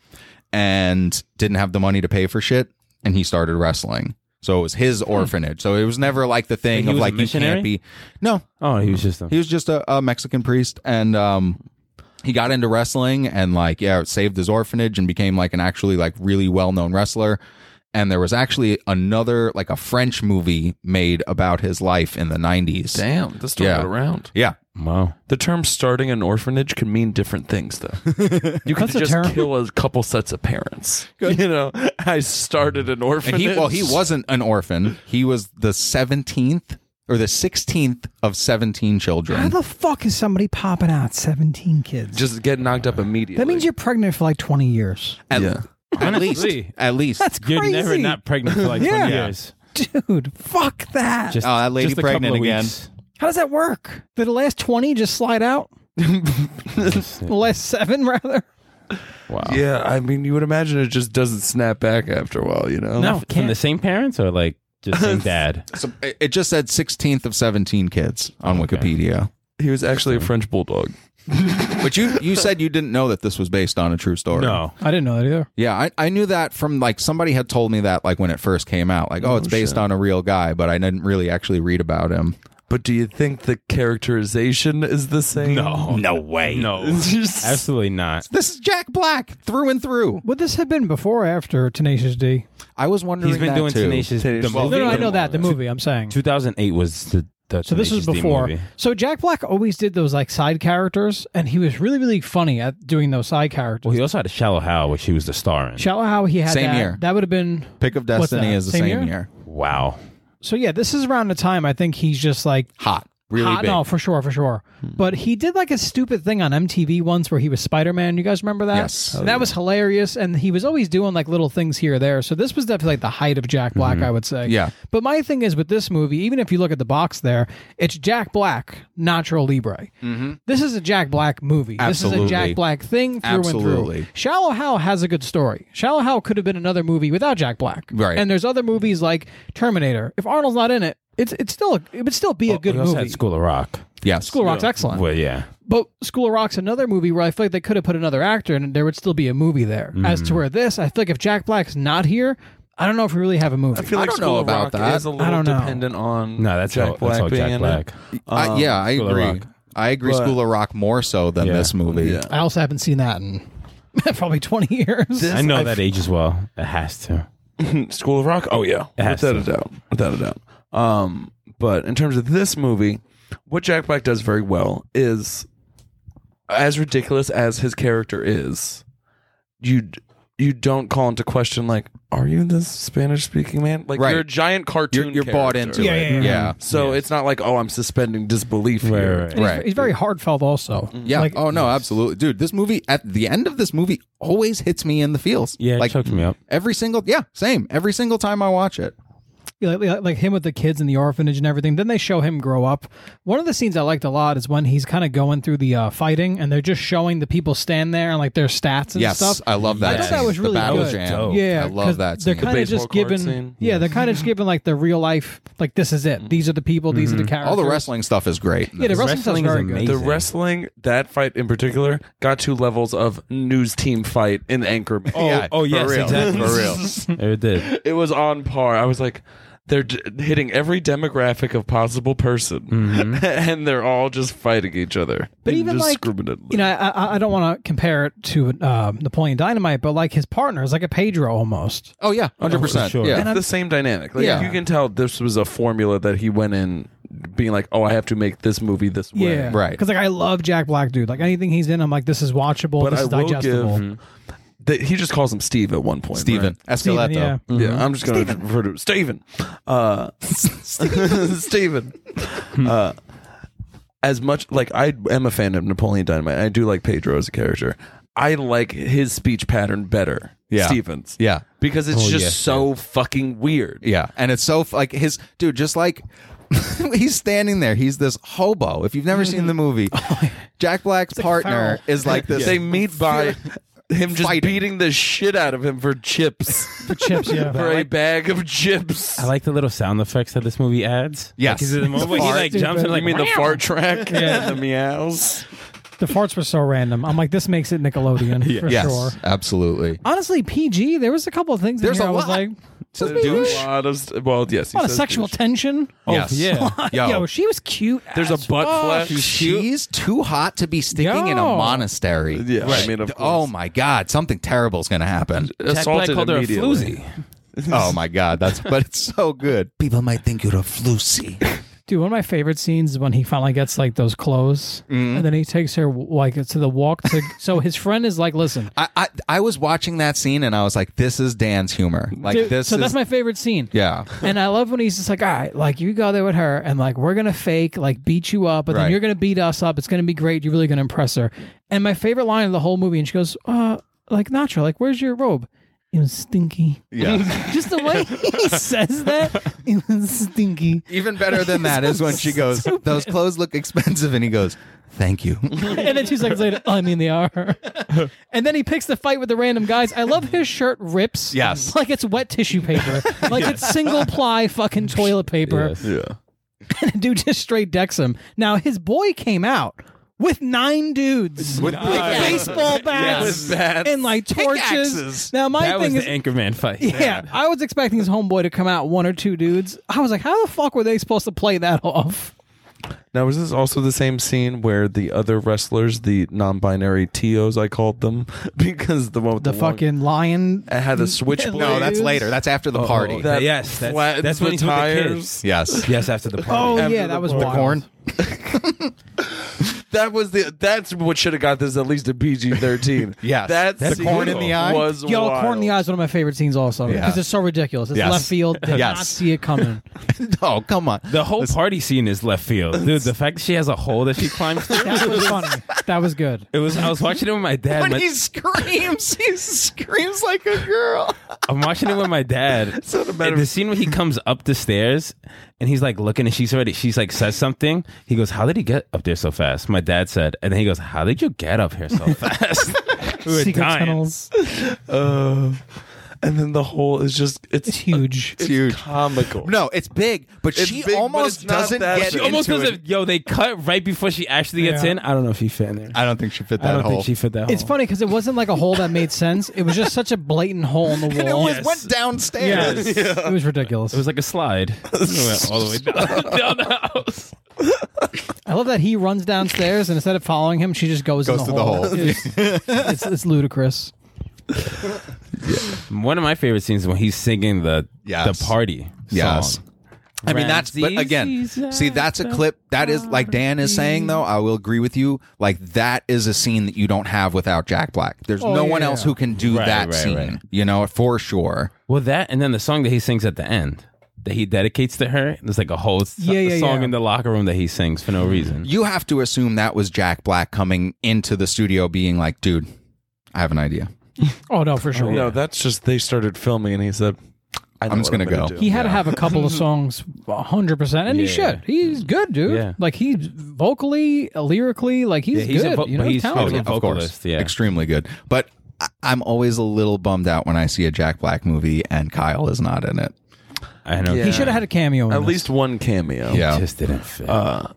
Speaker 1: and didn't have the money to pay for shit and he started wrestling. So it was his orphanage. So it was never like the thing
Speaker 4: Hmm. he
Speaker 1: of
Speaker 4: was a
Speaker 1: like you can't
Speaker 4: missionary?
Speaker 1: be No,
Speaker 4: Oh, he was just a,
Speaker 1: he was just a, a Mexican priest, and um, he got into wrestling and like yeah, saved his orphanage and became like an actually like really well known wrestler. And there was actually another like a French movie made about his life in the nineties.
Speaker 2: Damn, this story
Speaker 1: Yeah.
Speaker 2: got around.
Speaker 1: Yeah,
Speaker 4: wow.
Speaker 2: The term starting an orphanage can mean different things, though. You could
Speaker 3: That's a
Speaker 2: just
Speaker 3: term.
Speaker 2: kill a couple sets of parents. You know, I started an
Speaker 1: and
Speaker 2: orphanage.
Speaker 1: he well he wasn't an orphan. He was the seventeenth or the sixteenth of seventeen
Speaker 3: How
Speaker 1: children.
Speaker 3: the fuck is somebody popping out 17 kids?
Speaker 2: just get knocked up immediately.
Speaker 3: that means you're pregnant for like 20 years.
Speaker 1: At,
Speaker 2: Yeah.
Speaker 1: at least
Speaker 4: Honestly.
Speaker 1: at least.
Speaker 3: That's
Speaker 4: You're
Speaker 3: crazy.
Speaker 4: never not pregnant for like
Speaker 3: Yeah.
Speaker 4: 20
Speaker 3: Yeah.
Speaker 4: years.
Speaker 3: Dude, fuck that.
Speaker 4: Just,
Speaker 1: Oh, that lady
Speaker 4: just a couple
Speaker 1: pregnant
Speaker 4: of
Speaker 1: again.
Speaker 4: weeks.
Speaker 3: How does that work? Did the last 20 just slide out? The last seven, rather?
Speaker 4: Wow.
Speaker 2: Yeah, I mean, you would imagine it just doesn't snap back after a while, you know?
Speaker 3: No.
Speaker 4: From
Speaker 3: Can't.
Speaker 4: the same parents or like just same dad?
Speaker 1: So it it just said sixteenth of seventeen kids on
Speaker 4: Okay.
Speaker 1: Wikipedia.
Speaker 2: He was actually a French bulldog.
Speaker 1: But you you said you didn't know that this was based on a true story.
Speaker 4: No.
Speaker 3: I didn't know that either.
Speaker 1: Yeah, I, I knew that from like somebody had told me that like when it first came out, like oh, it's based on a real guy, but I didn't really actually read about him.
Speaker 2: But do you think the characterization is the same?
Speaker 4: No way. No.
Speaker 2: Just-
Speaker 4: Absolutely not.
Speaker 1: This is Jack Black through and through.
Speaker 3: Would this have been before or after Tenacious D?
Speaker 1: I was wondering.
Speaker 4: He's been
Speaker 1: that,
Speaker 4: doing
Speaker 1: too.
Speaker 4: Tenacious the
Speaker 2: Tenacious D.
Speaker 3: No,
Speaker 4: movie.
Speaker 3: no, I know that. The movie, I'm saying.
Speaker 4: 2008 was the, the
Speaker 3: So this was
Speaker 4: Tenacious D
Speaker 3: before.
Speaker 4: movie.
Speaker 3: So Jack Black always did those like side characters, and he was really, really funny at doing those side characters.
Speaker 4: Well, he also had a Shallow Hal, which he was the star in.
Speaker 3: Shallow How he had
Speaker 1: Same
Speaker 3: that.
Speaker 1: year.
Speaker 3: That would have been
Speaker 1: Pick of
Speaker 3: What's
Speaker 1: Destiny
Speaker 3: that?
Speaker 1: is the
Speaker 3: Same
Speaker 1: same,
Speaker 3: year?
Speaker 1: year.
Speaker 4: wow.
Speaker 3: so. Yeah, this is around the time I think he's just like
Speaker 1: Hot. Really
Speaker 3: hot,
Speaker 1: big. Hmm.
Speaker 3: no, for sure, for sure. But he did like a stupid thing on MTV once where he was Spider Man. You guys remember that?
Speaker 1: Yes.
Speaker 4: Oh,
Speaker 3: that was hilarious, and he was always doing like little things here or there. So this was definitely like the height of Jack Black, I would say.
Speaker 1: Mm-hmm. Yeah.
Speaker 3: But my thing is with this movie, even if you look at the box there, it's Jack Black, Nacho Libre. Mm-hmm. This is a Jack Black movie. This is
Speaker 1: Absolutely.
Speaker 3: a Jack Black thing through
Speaker 1: Absolutely.
Speaker 3: and through. Shallow Hal has a good story. Shallow Hal could have been another movie without Jack Black.
Speaker 1: Right.
Speaker 3: And there's other movies like Terminator. If Arnold's not in it, it's it's still a, it would still be a good
Speaker 4: we also
Speaker 3: movie.
Speaker 4: had School of Rock.
Speaker 1: Yes.
Speaker 3: School of Rock's excellent.
Speaker 4: Well, yeah.
Speaker 3: But School of Rock's another movie where I feel like they could have put another actor and there would still be a movie there. As
Speaker 1: Mm-hmm.
Speaker 3: to where this, I feel like if Jack Black's not here, I don't know if we really have a movie.
Speaker 2: I feel
Speaker 1: I
Speaker 2: like
Speaker 1: don't know
Speaker 2: School of
Speaker 1: about
Speaker 2: Rock
Speaker 1: that.
Speaker 2: is a little
Speaker 3: don't know.
Speaker 2: dependent on
Speaker 4: No, that's
Speaker 2: Jack
Speaker 4: all,
Speaker 2: Black
Speaker 4: that's all
Speaker 2: being
Speaker 4: Jack
Speaker 2: in
Speaker 4: Black.
Speaker 2: it.
Speaker 1: I, yeah, I
Speaker 4: Um, School of
Speaker 1: agree.
Speaker 4: Rock.
Speaker 1: I agree. School of Rock more so than
Speaker 4: Yeah.
Speaker 1: this movie.
Speaker 2: Yeah.
Speaker 3: I also haven't seen that in probably 20 years.
Speaker 2: This-
Speaker 4: I know
Speaker 2: I
Speaker 4: that
Speaker 2: f-
Speaker 4: age as well. It has to.
Speaker 2: School of Rock. Oh yeah,
Speaker 4: It has
Speaker 2: without
Speaker 4: to.
Speaker 2: a doubt, without a doubt. Um, but in terms of this movie, what Jack Black does very well is, as ridiculous as his character is, you you don't call into question like, are you this Spanish speaking man? Like
Speaker 1: Right.
Speaker 2: you're a giant cartoon.
Speaker 1: You're, you're bought into
Speaker 2: character.
Speaker 3: Yeah,
Speaker 1: it.
Speaker 3: yeah, yeah.
Speaker 2: So it's not like oh, I'm suspending disbelief
Speaker 4: Right,
Speaker 2: here.
Speaker 4: right,
Speaker 3: And he's-
Speaker 1: Right.
Speaker 3: He's, very heartfelt also.
Speaker 1: Yeah.
Speaker 3: Like,
Speaker 1: oh no, absolutely, dude. This movie at the end of this movie always hits me in the feels.
Speaker 4: Yeah,
Speaker 1: like
Speaker 4: it choked me up.
Speaker 1: every single. Yeah, same. Every single time I watch it.
Speaker 3: like, like- like him with the kids in the orphanage and everything. Then they show him grow up. One of the scenes I liked a lot is when he's kind of going through the uh, fighting and they're just showing the people stand there and like their stats and
Speaker 1: Yes,
Speaker 3: stuff.
Speaker 1: I love that.
Speaker 3: I thought
Speaker 1: scene.
Speaker 3: that was really
Speaker 1: the battle
Speaker 3: good.
Speaker 1: jam.
Speaker 4: Dope.
Speaker 3: Yeah,
Speaker 1: I
Speaker 3: 'cause
Speaker 1: love that.
Speaker 3: They're
Speaker 1: Scene.
Speaker 3: kind of
Speaker 2: baseball
Speaker 3: just
Speaker 2: card
Speaker 3: given,
Speaker 2: scene?
Speaker 3: yeah, they're kind of just given like the real life, like this is it. These are the people. These are the characters.
Speaker 1: Mm-hmm. All the wrestling stuff is great.
Speaker 3: Yeah, the wrestling, stuff's
Speaker 4: wrestling is
Speaker 3: very good.
Speaker 4: amazing.
Speaker 2: The wrestling, that fight in particular, got to levels of news team fight in Anchorman. Oh,
Speaker 1: Yeah,
Speaker 4: oh,
Speaker 1: for
Speaker 4: yes,
Speaker 1: real.
Speaker 4: exactly.
Speaker 1: for real.
Speaker 4: It did.
Speaker 2: it was on par. I was like, they're d- hitting every demographic of possible person, and they're all just fighting each other.
Speaker 3: But even like
Speaker 2: indiscriminately.
Speaker 3: you know, I, I- I don't want to compare it to um, Napoleon Dynamite, but like his partner is like a Pedro almost.
Speaker 1: Oh yeah, hundred
Speaker 4: Oh, for
Speaker 1: percent.
Speaker 4: sure.
Speaker 1: Yeah,
Speaker 2: it's the same dynamic. Like,
Speaker 1: Yeah.
Speaker 2: you can tell this was a formula that he went in being like, oh, I have to make this movie this way.
Speaker 3: Yeah,
Speaker 1: Right.
Speaker 3: Because like I love Jack Black, dude. Like anything he's in, I'm like, this is watchable.
Speaker 2: But
Speaker 3: this
Speaker 2: I
Speaker 3: is
Speaker 2: will
Speaker 3: digestible. Mm-hmm.
Speaker 2: give that he just calls him Steve at one point.
Speaker 1: Steven
Speaker 2: right?
Speaker 1: Escaletto.
Speaker 3: Steven, yeah.
Speaker 2: Yeah, I'm just gonna refer to him. Steven. Uh, Steven. Uh, as much like I am a fan of Napoleon Dynamite, I do like Pedro as a character. I like his speech pattern better.
Speaker 1: Yeah.
Speaker 2: Stevens.
Speaker 1: Yeah.
Speaker 2: Because it's just
Speaker 4: yes,
Speaker 2: so fucking weird.
Speaker 1: Yeah, and it's so f- like his dude, just like he's standing there. He's this hobo. If you've never seen the movie, Jack Black's partner is like this.
Speaker 2: They meet by him just
Speaker 1: Fighting.
Speaker 2: beating the shit out of him for chips.
Speaker 3: The chips, yeah.
Speaker 2: for a bag of chips.
Speaker 4: I like the little sound effects that this movie adds.
Speaker 1: Yes.
Speaker 4: Like, is it the moment where he
Speaker 1: fart.
Speaker 4: like jumps and like
Speaker 2: you mean the
Speaker 4: "Meow."
Speaker 2: fart track yeah. and the meows?
Speaker 3: the farts were so random. I'm like, this makes it Nickelodeon for
Speaker 1: yes,
Speaker 3: sure.
Speaker 1: absolutely.
Speaker 3: Honestly, PG. There was a couple of things. in
Speaker 1: There's
Speaker 3: here
Speaker 1: a
Speaker 3: I was
Speaker 1: lot.
Speaker 3: like,
Speaker 1: Says
Speaker 2: There's
Speaker 1: douche.
Speaker 2: a lot of st- well, yes, he
Speaker 3: a lot of
Speaker 2: says
Speaker 3: sexual
Speaker 2: douche.
Speaker 3: tension.
Speaker 1: Yes.
Speaker 4: yeah.
Speaker 1: Yo.
Speaker 3: Yo, she was cute.
Speaker 2: There's a
Speaker 3: as
Speaker 2: butt
Speaker 3: fuck.
Speaker 2: flash.
Speaker 1: She's too hot to be sticking in a
Speaker 3: Yo.
Speaker 1: monastery.
Speaker 2: Yeah, I mean, of
Speaker 1: oh
Speaker 2: course.
Speaker 1: my god, something terrible's gonna happen.
Speaker 4: Jack Black
Speaker 2: assaulted
Speaker 4: called her a
Speaker 2: immediately.
Speaker 4: floozy.
Speaker 1: oh my god, that's but it's so good. People might think you're a floozy.
Speaker 3: Dude, one of my favorite scenes is when he finally gets like those clothes,
Speaker 1: Mm-hmm.
Speaker 3: and then he takes her like to the walk. To, so his friend is like, "Listen,
Speaker 1: I, I I was watching that scene and I was like, this is Dan's humor. Like
Speaker 3: dude,
Speaker 1: this
Speaker 3: so
Speaker 1: is
Speaker 3: that's my favorite scene."
Speaker 1: yeah.
Speaker 3: And I love when he's just like, "All right, like you go there with her, and like we're gonna fake like beat you up, and
Speaker 1: Right.
Speaker 3: then you're gonna beat us up. It's gonna be great. You're really gonna impress her." And my favorite line of the whole movie, and she goes, "Uh, like Nacho, like where's your robe?" It was stinky.
Speaker 1: Yeah.
Speaker 3: Just the way he says that, it was stinky.
Speaker 1: Even better than that is when she goes, those clothes look expensive, and he goes, thank you.
Speaker 3: and then two seconds later, oh, I mean they are. and then he picks the fight with the random guys. I love his shirt rips.
Speaker 1: Yes.
Speaker 3: Like it's wet tissue paper. Like it's single ply fucking toilet paper.
Speaker 4: Yes.
Speaker 2: Yeah.
Speaker 3: And the dude just straight decks him. Now his boy came out with nine dudes. With, baseball bats.
Speaker 1: Yes. With
Speaker 2: bats.
Speaker 3: And like torches.
Speaker 1: Pickaxes.
Speaker 3: Now my
Speaker 4: That was
Speaker 3: thing
Speaker 4: the
Speaker 3: is
Speaker 4: Anchorman fight.
Speaker 3: yeah, I was expecting his homeboy to come out one or two dudes. I was like, how the fuck were they supposed to play that off?
Speaker 2: Now, is this also the same scene where the other wrestlers, the non-binary TOs, I called them, because the one with the,
Speaker 3: The fucking lion.
Speaker 2: long, had a switchblade.
Speaker 1: No, that's later. That's after the party.
Speaker 2: that
Speaker 4: yes, that's-
Speaker 2: flattens
Speaker 4: that's when
Speaker 2: the
Speaker 4: he's with the
Speaker 2: tires.
Speaker 1: yes.
Speaker 4: Yes, after the
Speaker 3: Oh
Speaker 4: party.
Speaker 3: yeah,
Speaker 2: the
Speaker 3: that was
Speaker 1: The
Speaker 2: corn.
Speaker 3: wild.
Speaker 1: corn.
Speaker 2: That was the. That's what should have got this at least a PG thirteen.
Speaker 1: Yes.
Speaker 2: that
Speaker 1: The
Speaker 2: scene
Speaker 1: corn in the eye?
Speaker 2: was
Speaker 3: Yo, corn in the
Speaker 2: wild.
Speaker 3: eye is one of my favorite scenes also
Speaker 1: Yeah.
Speaker 3: because it's so ridiculous. It's
Speaker 1: Yes.
Speaker 3: left field. Did not
Speaker 1: Yes.
Speaker 3: see it coming.
Speaker 1: oh, come on.
Speaker 4: The whole party scene is left field. Dude, dude, the fact that she has a hole that she climbs through.
Speaker 3: That was funny. That was good.
Speaker 4: It was. I was watching it with my dad.
Speaker 1: When
Speaker 4: My-
Speaker 1: he screams, he screams like a girl.
Speaker 4: I'm watching it with my dad. And the scene when he comes up the stairs and he's like looking and she's already she's like says something. He goes, How did he get up there so fast? My dad said. And then he goes, How did you get up here so fast? we were
Speaker 3: Secret
Speaker 4: dying.
Speaker 3: tunnels.
Speaker 2: Uh, and then the hole is just it's,
Speaker 3: It's huge.
Speaker 2: it's
Speaker 1: huge.
Speaker 2: comical.
Speaker 1: No, it's big, but
Speaker 2: It's
Speaker 1: she
Speaker 2: big, but
Speaker 1: almost
Speaker 2: it's not
Speaker 1: doesn't
Speaker 2: that
Speaker 1: get
Speaker 2: big.
Speaker 4: She almost
Speaker 1: into
Speaker 4: doesn't
Speaker 1: it.
Speaker 4: yo, they cut right before she actually gets
Speaker 3: Yeah.
Speaker 4: in. I don't know if she fit in there. I,
Speaker 1: I don't think she fit that
Speaker 4: don't
Speaker 1: hole.
Speaker 4: think she fit that
Speaker 3: It's
Speaker 4: hole.
Speaker 3: funny because it wasn't like a hole that made sense. It was just such a blatant hole in the
Speaker 1: and it
Speaker 3: wall.
Speaker 1: was, went downstairs.
Speaker 3: Yes. It was ridiculous.
Speaker 4: It was like a slide. It went all the way down, down the house.
Speaker 3: I love that he runs downstairs and instead of following him, she just goes,
Speaker 1: Goes
Speaker 3: in
Speaker 1: to the
Speaker 3: the hole.
Speaker 1: hole.
Speaker 3: It's, it's, it's ludicrous.
Speaker 4: One of my favorite scenes is when he's singing the
Speaker 1: Yes.
Speaker 4: the party. Song.
Speaker 1: Yes. I mean, that's, but
Speaker 4: Ramsey's
Speaker 1: again, see, that's a clip that is, like Dan is saying, though, I will agree with you. Like, that is a scene that you don't have without Jack Black. There's
Speaker 3: Oh,
Speaker 1: no one
Speaker 3: yeah.
Speaker 1: else who can do
Speaker 4: Right,
Speaker 1: that
Speaker 4: right,
Speaker 1: scene,
Speaker 4: right.
Speaker 1: you know, for sure.
Speaker 4: Well, that and then the song that he sings at the end that he dedicates to her. There's like a whole s-
Speaker 3: Yeah, yeah,
Speaker 4: song
Speaker 3: yeah.
Speaker 4: in the locker room that he sings for no reason.
Speaker 1: You have to assume that was Jack Black coming into the studio being like, dude, I have an idea.
Speaker 3: Oh, no, for sure.
Speaker 2: No, that's just they started filming and he said, I know
Speaker 1: I'm just
Speaker 2: what
Speaker 1: gonna go.
Speaker 2: do.
Speaker 3: He had to have a couple of songs 100%, and he
Speaker 4: Yeah.
Speaker 3: should. He's good, dude.
Speaker 4: Yeah.
Speaker 3: Like, he's vocally, lyrically, like, he's,
Speaker 4: Yeah, he's a
Speaker 3: good.
Speaker 4: vo-
Speaker 3: you
Speaker 4: but
Speaker 3: know,
Speaker 4: he's
Speaker 3: talented.
Speaker 4: totally-
Speaker 1: of
Speaker 4: vocalist,
Speaker 1: course,
Speaker 4: yeah.
Speaker 1: extremely good. But I- I'm always a little bummed out when I see a Jack Black movie and Kyle is not in it.
Speaker 4: I know
Speaker 2: Yeah.
Speaker 3: He should have had a cameo in
Speaker 2: At
Speaker 3: this.
Speaker 2: least one cameo.
Speaker 4: he
Speaker 1: Yeah,
Speaker 4: just didn't fit.
Speaker 1: no,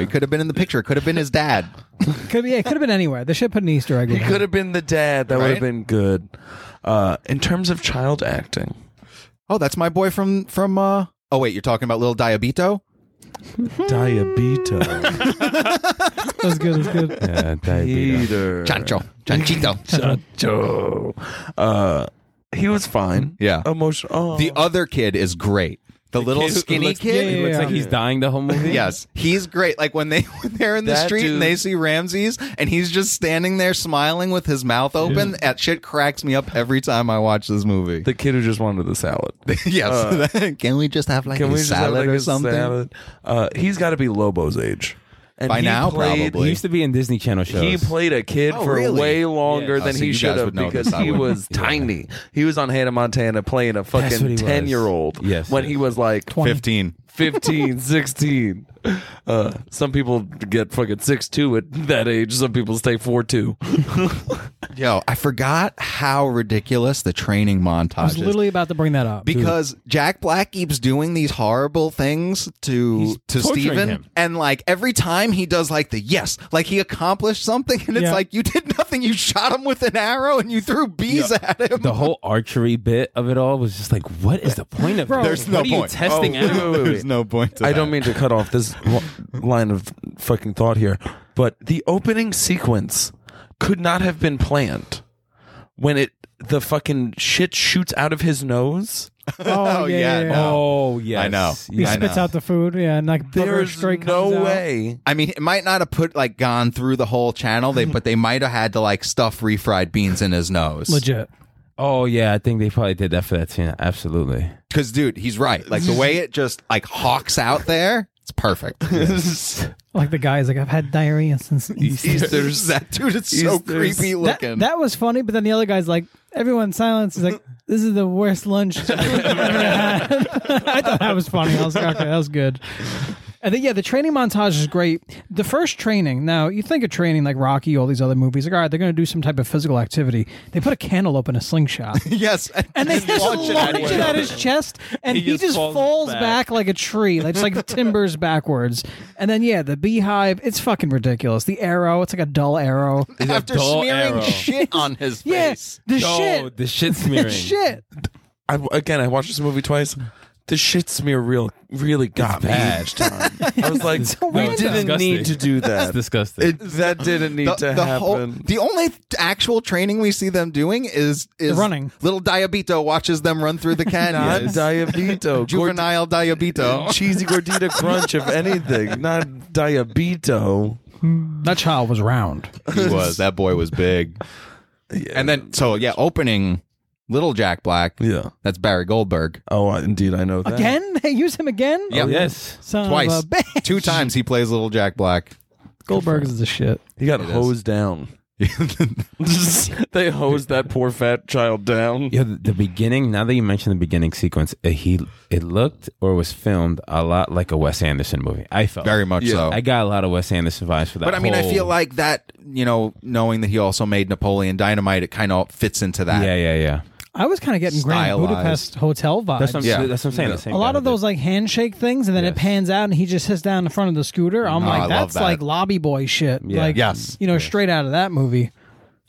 Speaker 1: he could have been in the picture. It Could have been his dad.
Speaker 3: Could be, yeah, it could have been anywhere. They should have put an Easter egg.
Speaker 2: He
Speaker 3: with him.
Speaker 2: could have been the dad. That would
Speaker 1: Right?
Speaker 2: have been good. Uh, in terms of child acting,
Speaker 1: Oh, that's my boy from from. uh Oh wait, you're talking about Little Diabito?
Speaker 2: Diabito.
Speaker 3: That's good. That's good.
Speaker 4: yeah, diabetes.
Speaker 2: Peter.
Speaker 1: Chancho, Chanchito.
Speaker 2: Joe. Uh, he was fine.
Speaker 1: Yeah.
Speaker 2: Emotional. Oh.
Speaker 1: the uh, other kid is great. The, little
Speaker 4: kid who
Speaker 1: skinny
Speaker 4: looks-
Speaker 1: kid.
Speaker 4: He looks
Speaker 3: Yeah.
Speaker 4: like he's dying the whole movie.
Speaker 1: Yes, he's great. Like when they when they're in the
Speaker 2: That
Speaker 1: street and they
Speaker 2: dude-
Speaker 1: see Ramses and he's just standing there smiling with his mouth open. That shit cracks me up every time I watch this movie.
Speaker 2: the kid who just wanted the salad.
Speaker 1: yes, can we just have like
Speaker 2: Can
Speaker 1: a
Speaker 2: we just have,
Speaker 1: salad
Speaker 2: like,
Speaker 1: or
Speaker 2: a
Speaker 1: something?
Speaker 2: salad? Uh, he's got to be Lobo's age. And
Speaker 1: By
Speaker 2: he
Speaker 1: now,
Speaker 2: played-
Speaker 1: probably.
Speaker 4: He used to be in Disney Channel shows.
Speaker 2: He played a kid
Speaker 1: Oh,
Speaker 2: for
Speaker 1: really?
Speaker 2: way longer
Speaker 4: Yeah.
Speaker 1: Oh,
Speaker 2: than
Speaker 1: so you
Speaker 2: he
Speaker 1: guys
Speaker 2: should have
Speaker 1: would know
Speaker 2: because
Speaker 1: this, I
Speaker 2: he
Speaker 1: wouldn't.
Speaker 2: was tiny. He was on Hannah Montana playing a
Speaker 4: what he
Speaker 2: fucking
Speaker 4: was.
Speaker 2: 10 year old
Speaker 4: Yes,
Speaker 2: when
Speaker 4: yes.
Speaker 2: he was like
Speaker 1: 15.
Speaker 2: 15, 16. Uh, some people get fucking 6'2 at that age. Some people stay 4'2.
Speaker 1: Yo, I forgot how ridiculous the training
Speaker 3: I was
Speaker 1: montage is.
Speaker 3: literally about to bring that up.
Speaker 1: Because Jack Black keeps doing these horrible things to
Speaker 4: He's
Speaker 1: to
Speaker 4: torturing
Speaker 1: Steven.
Speaker 4: him.
Speaker 1: And like every time he does like the yes, like he accomplished something and it's
Speaker 3: Yeah.
Speaker 1: like you did nothing. You shot him with an arrow and you threw bees at him.
Speaker 4: the whole archery bit of it all was just like, what is the point of
Speaker 3: Bro.
Speaker 4: this?
Speaker 3: There's
Speaker 4: what are you testing
Speaker 2: Oh, wait, wait,
Speaker 4: out?
Speaker 2: wait, wait.
Speaker 1: no point to
Speaker 2: I don't mean to cut off this lo- line of fucking thought here, but the opening sequence could not have been planned when it the fucking shit shoots out of his nose.
Speaker 3: oh, yeah, yeah,
Speaker 1: yeah,
Speaker 3: yeah.
Speaker 1: no.
Speaker 4: Oh yes,
Speaker 1: I know.
Speaker 3: He
Speaker 4: Yeah, I know.
Speaker 3: spits out the food, yeah, and like
Speaker 2: There
Speaker 3: booger
Speaker 2: is
Speaker 3: straight
Speaker 2: no
Speaker 3: comes out.
Speaker 2: way.
Speaker 1: I mean, it might not have put like gone through the whole channel, they but they might have had to like stuff refried beans in his nose.
Speaker 3: Legit.
Speaker 4: Oh yeah, I think they probably did that for that scene. Absolutely.
Speaker 1: Because dude, he's right. Like the way it just like hawks out there, it's perfect.
Speaker 3: Like the guy's like, I've had diarrhea since
Speaker 1: He's-
Speaker 2: There's-
Speaker 1: that dude. It's so
Speaker 2: he's- there's-
Speaker 1: creepy
Speaker 3: that,
Speaker 1: looking.
Speaker 3: that was funny, but then the other guy's like, everyone silence. He's like, this is the worst lunch I've ever had. I thought that was funny. I was like, okay, that was good. And then, yeah, the training montage is great. The first training, now you think of training like Rocky, all these other movies, like, all right, they're going to do some type of physical activity. They put a cantaloupe in a slingshot.
Speaker 1: yes,
Speaker 3: And they just launch it at,
Speaker 1: him.
Speaker 3: his chest, and he,
Speaker 4: He
Speaker 3: just,
Speaker 4: just
Speaker 3: falls,
Speaker 4: falls
Speaker 3: back.
Speaker 4: back.
Speaker 3: like a tree, like just like timbers backwards. And then yeah, the beehive, it's fucking ridiculous. The arrow, it's like a dull arrow.
Speaker 1: after
Speaker 4: dull
Speaker 1: smearing
Speaker 4: arrow.
Speaker 1: shit on his
Speaker 3: Yeah,
Speaker 1: face.
Speaker 3: the
Speaker 4: oh,
Speaker 3: shit,
Speaker 4: the shit
Speaker 3: the
Speaker 4: smearing.
Speaker 3: shit.
Speaker 2: I, again, I watched this movie twice. The shit smear real really got me
Speaker 4: bad.
Speaker 2: each time. I was like, we
Speaker 4: horrendous.
Speaker 2: didn't
Speaker 4: Disgusting.
Speaker 2: need to do
Speaker 4: That's
Speaker 2: that.
Speaker 4: disgusting.
Speaker 2: It, that didn't need to happen.
Speaker 1: whole- the only th- actual training we see them doing is is
Speaker 3: running.
Speaker 1: Little Diabito watches them run through the
Speaker 2: Not
Speaker 1: canyon.
Speaker 2: diabito.
Speaker 1: Juvenile Diabito.
Speaker 2: cheesy gordita crunch if anything not diabito
Speaker 3: That child was round.
Speaker 1: he was. That boy was big. And then so yeah, opening Little Jack Black.
Speaker 2: Yeah.
Speaker 1: That's Barry Goldberg.
Speaker 2: Oh, I- indeed, I know that.
Speaker 3: Again? They use him again?
Speaker 1: Yeah.
Speaker 4: Yes.
Speaker 3: Son
Speaker 1: Twice.
Speaker 3: Of a bitch.
Speaker 1: Two times he plays Little Jack Black.
Speaker 3: Goldberg's is the shit.
Speaker 2: He got
Speaker 1: is.
Speaker 2: hosed down. they hosed that poor fat child down.
Speaker 4: Yeah, the, the beginning. Now that you mentioned the beginning sequence, it, he it looked or was filmed a lot like a Wes Anderson movie. I felt
Speaker 1: Very much
Speaker 2: Yeah.
Speaker 1: so.
Speaker 4: I got a lot of Wes Anderson vibes for that.
Speaker 1: but I mean, I
Speaker 4: whole-
Speaker 1: feel like that, you know, knowing that he also made Napoleon Dynamite, it kind of fits into that.
Speaker 4: yeah, yeah, yeah.
Speaker 3: I was kind of getting Grand
Speaker 1: Stylized.
Speaker 3: Budapest hotel vibes.
Speaker 4: That's what I'm,
Speaker 1: Yeah.
Speaker 4: that's what I'm saying. the same
Speaker 3: a lot
Speaker 4: guy
Speaker 3: of those like handshake things, and then it
Speaker 4: Yes.
Speaker 3: pans out, and he just sits down in front of the scooter. I'm
Speaker 1: Oh, I
Speaker 3: like,
Speaker 1: love
Speaker 3: that's
Speaker 1: that.
Speaker 3: like lobby boy shit.
Speaker 4: Yeah.
Speaker 3: Like,
Speaker 1: Yes.
Speaker 3: you know, straight out of that movie.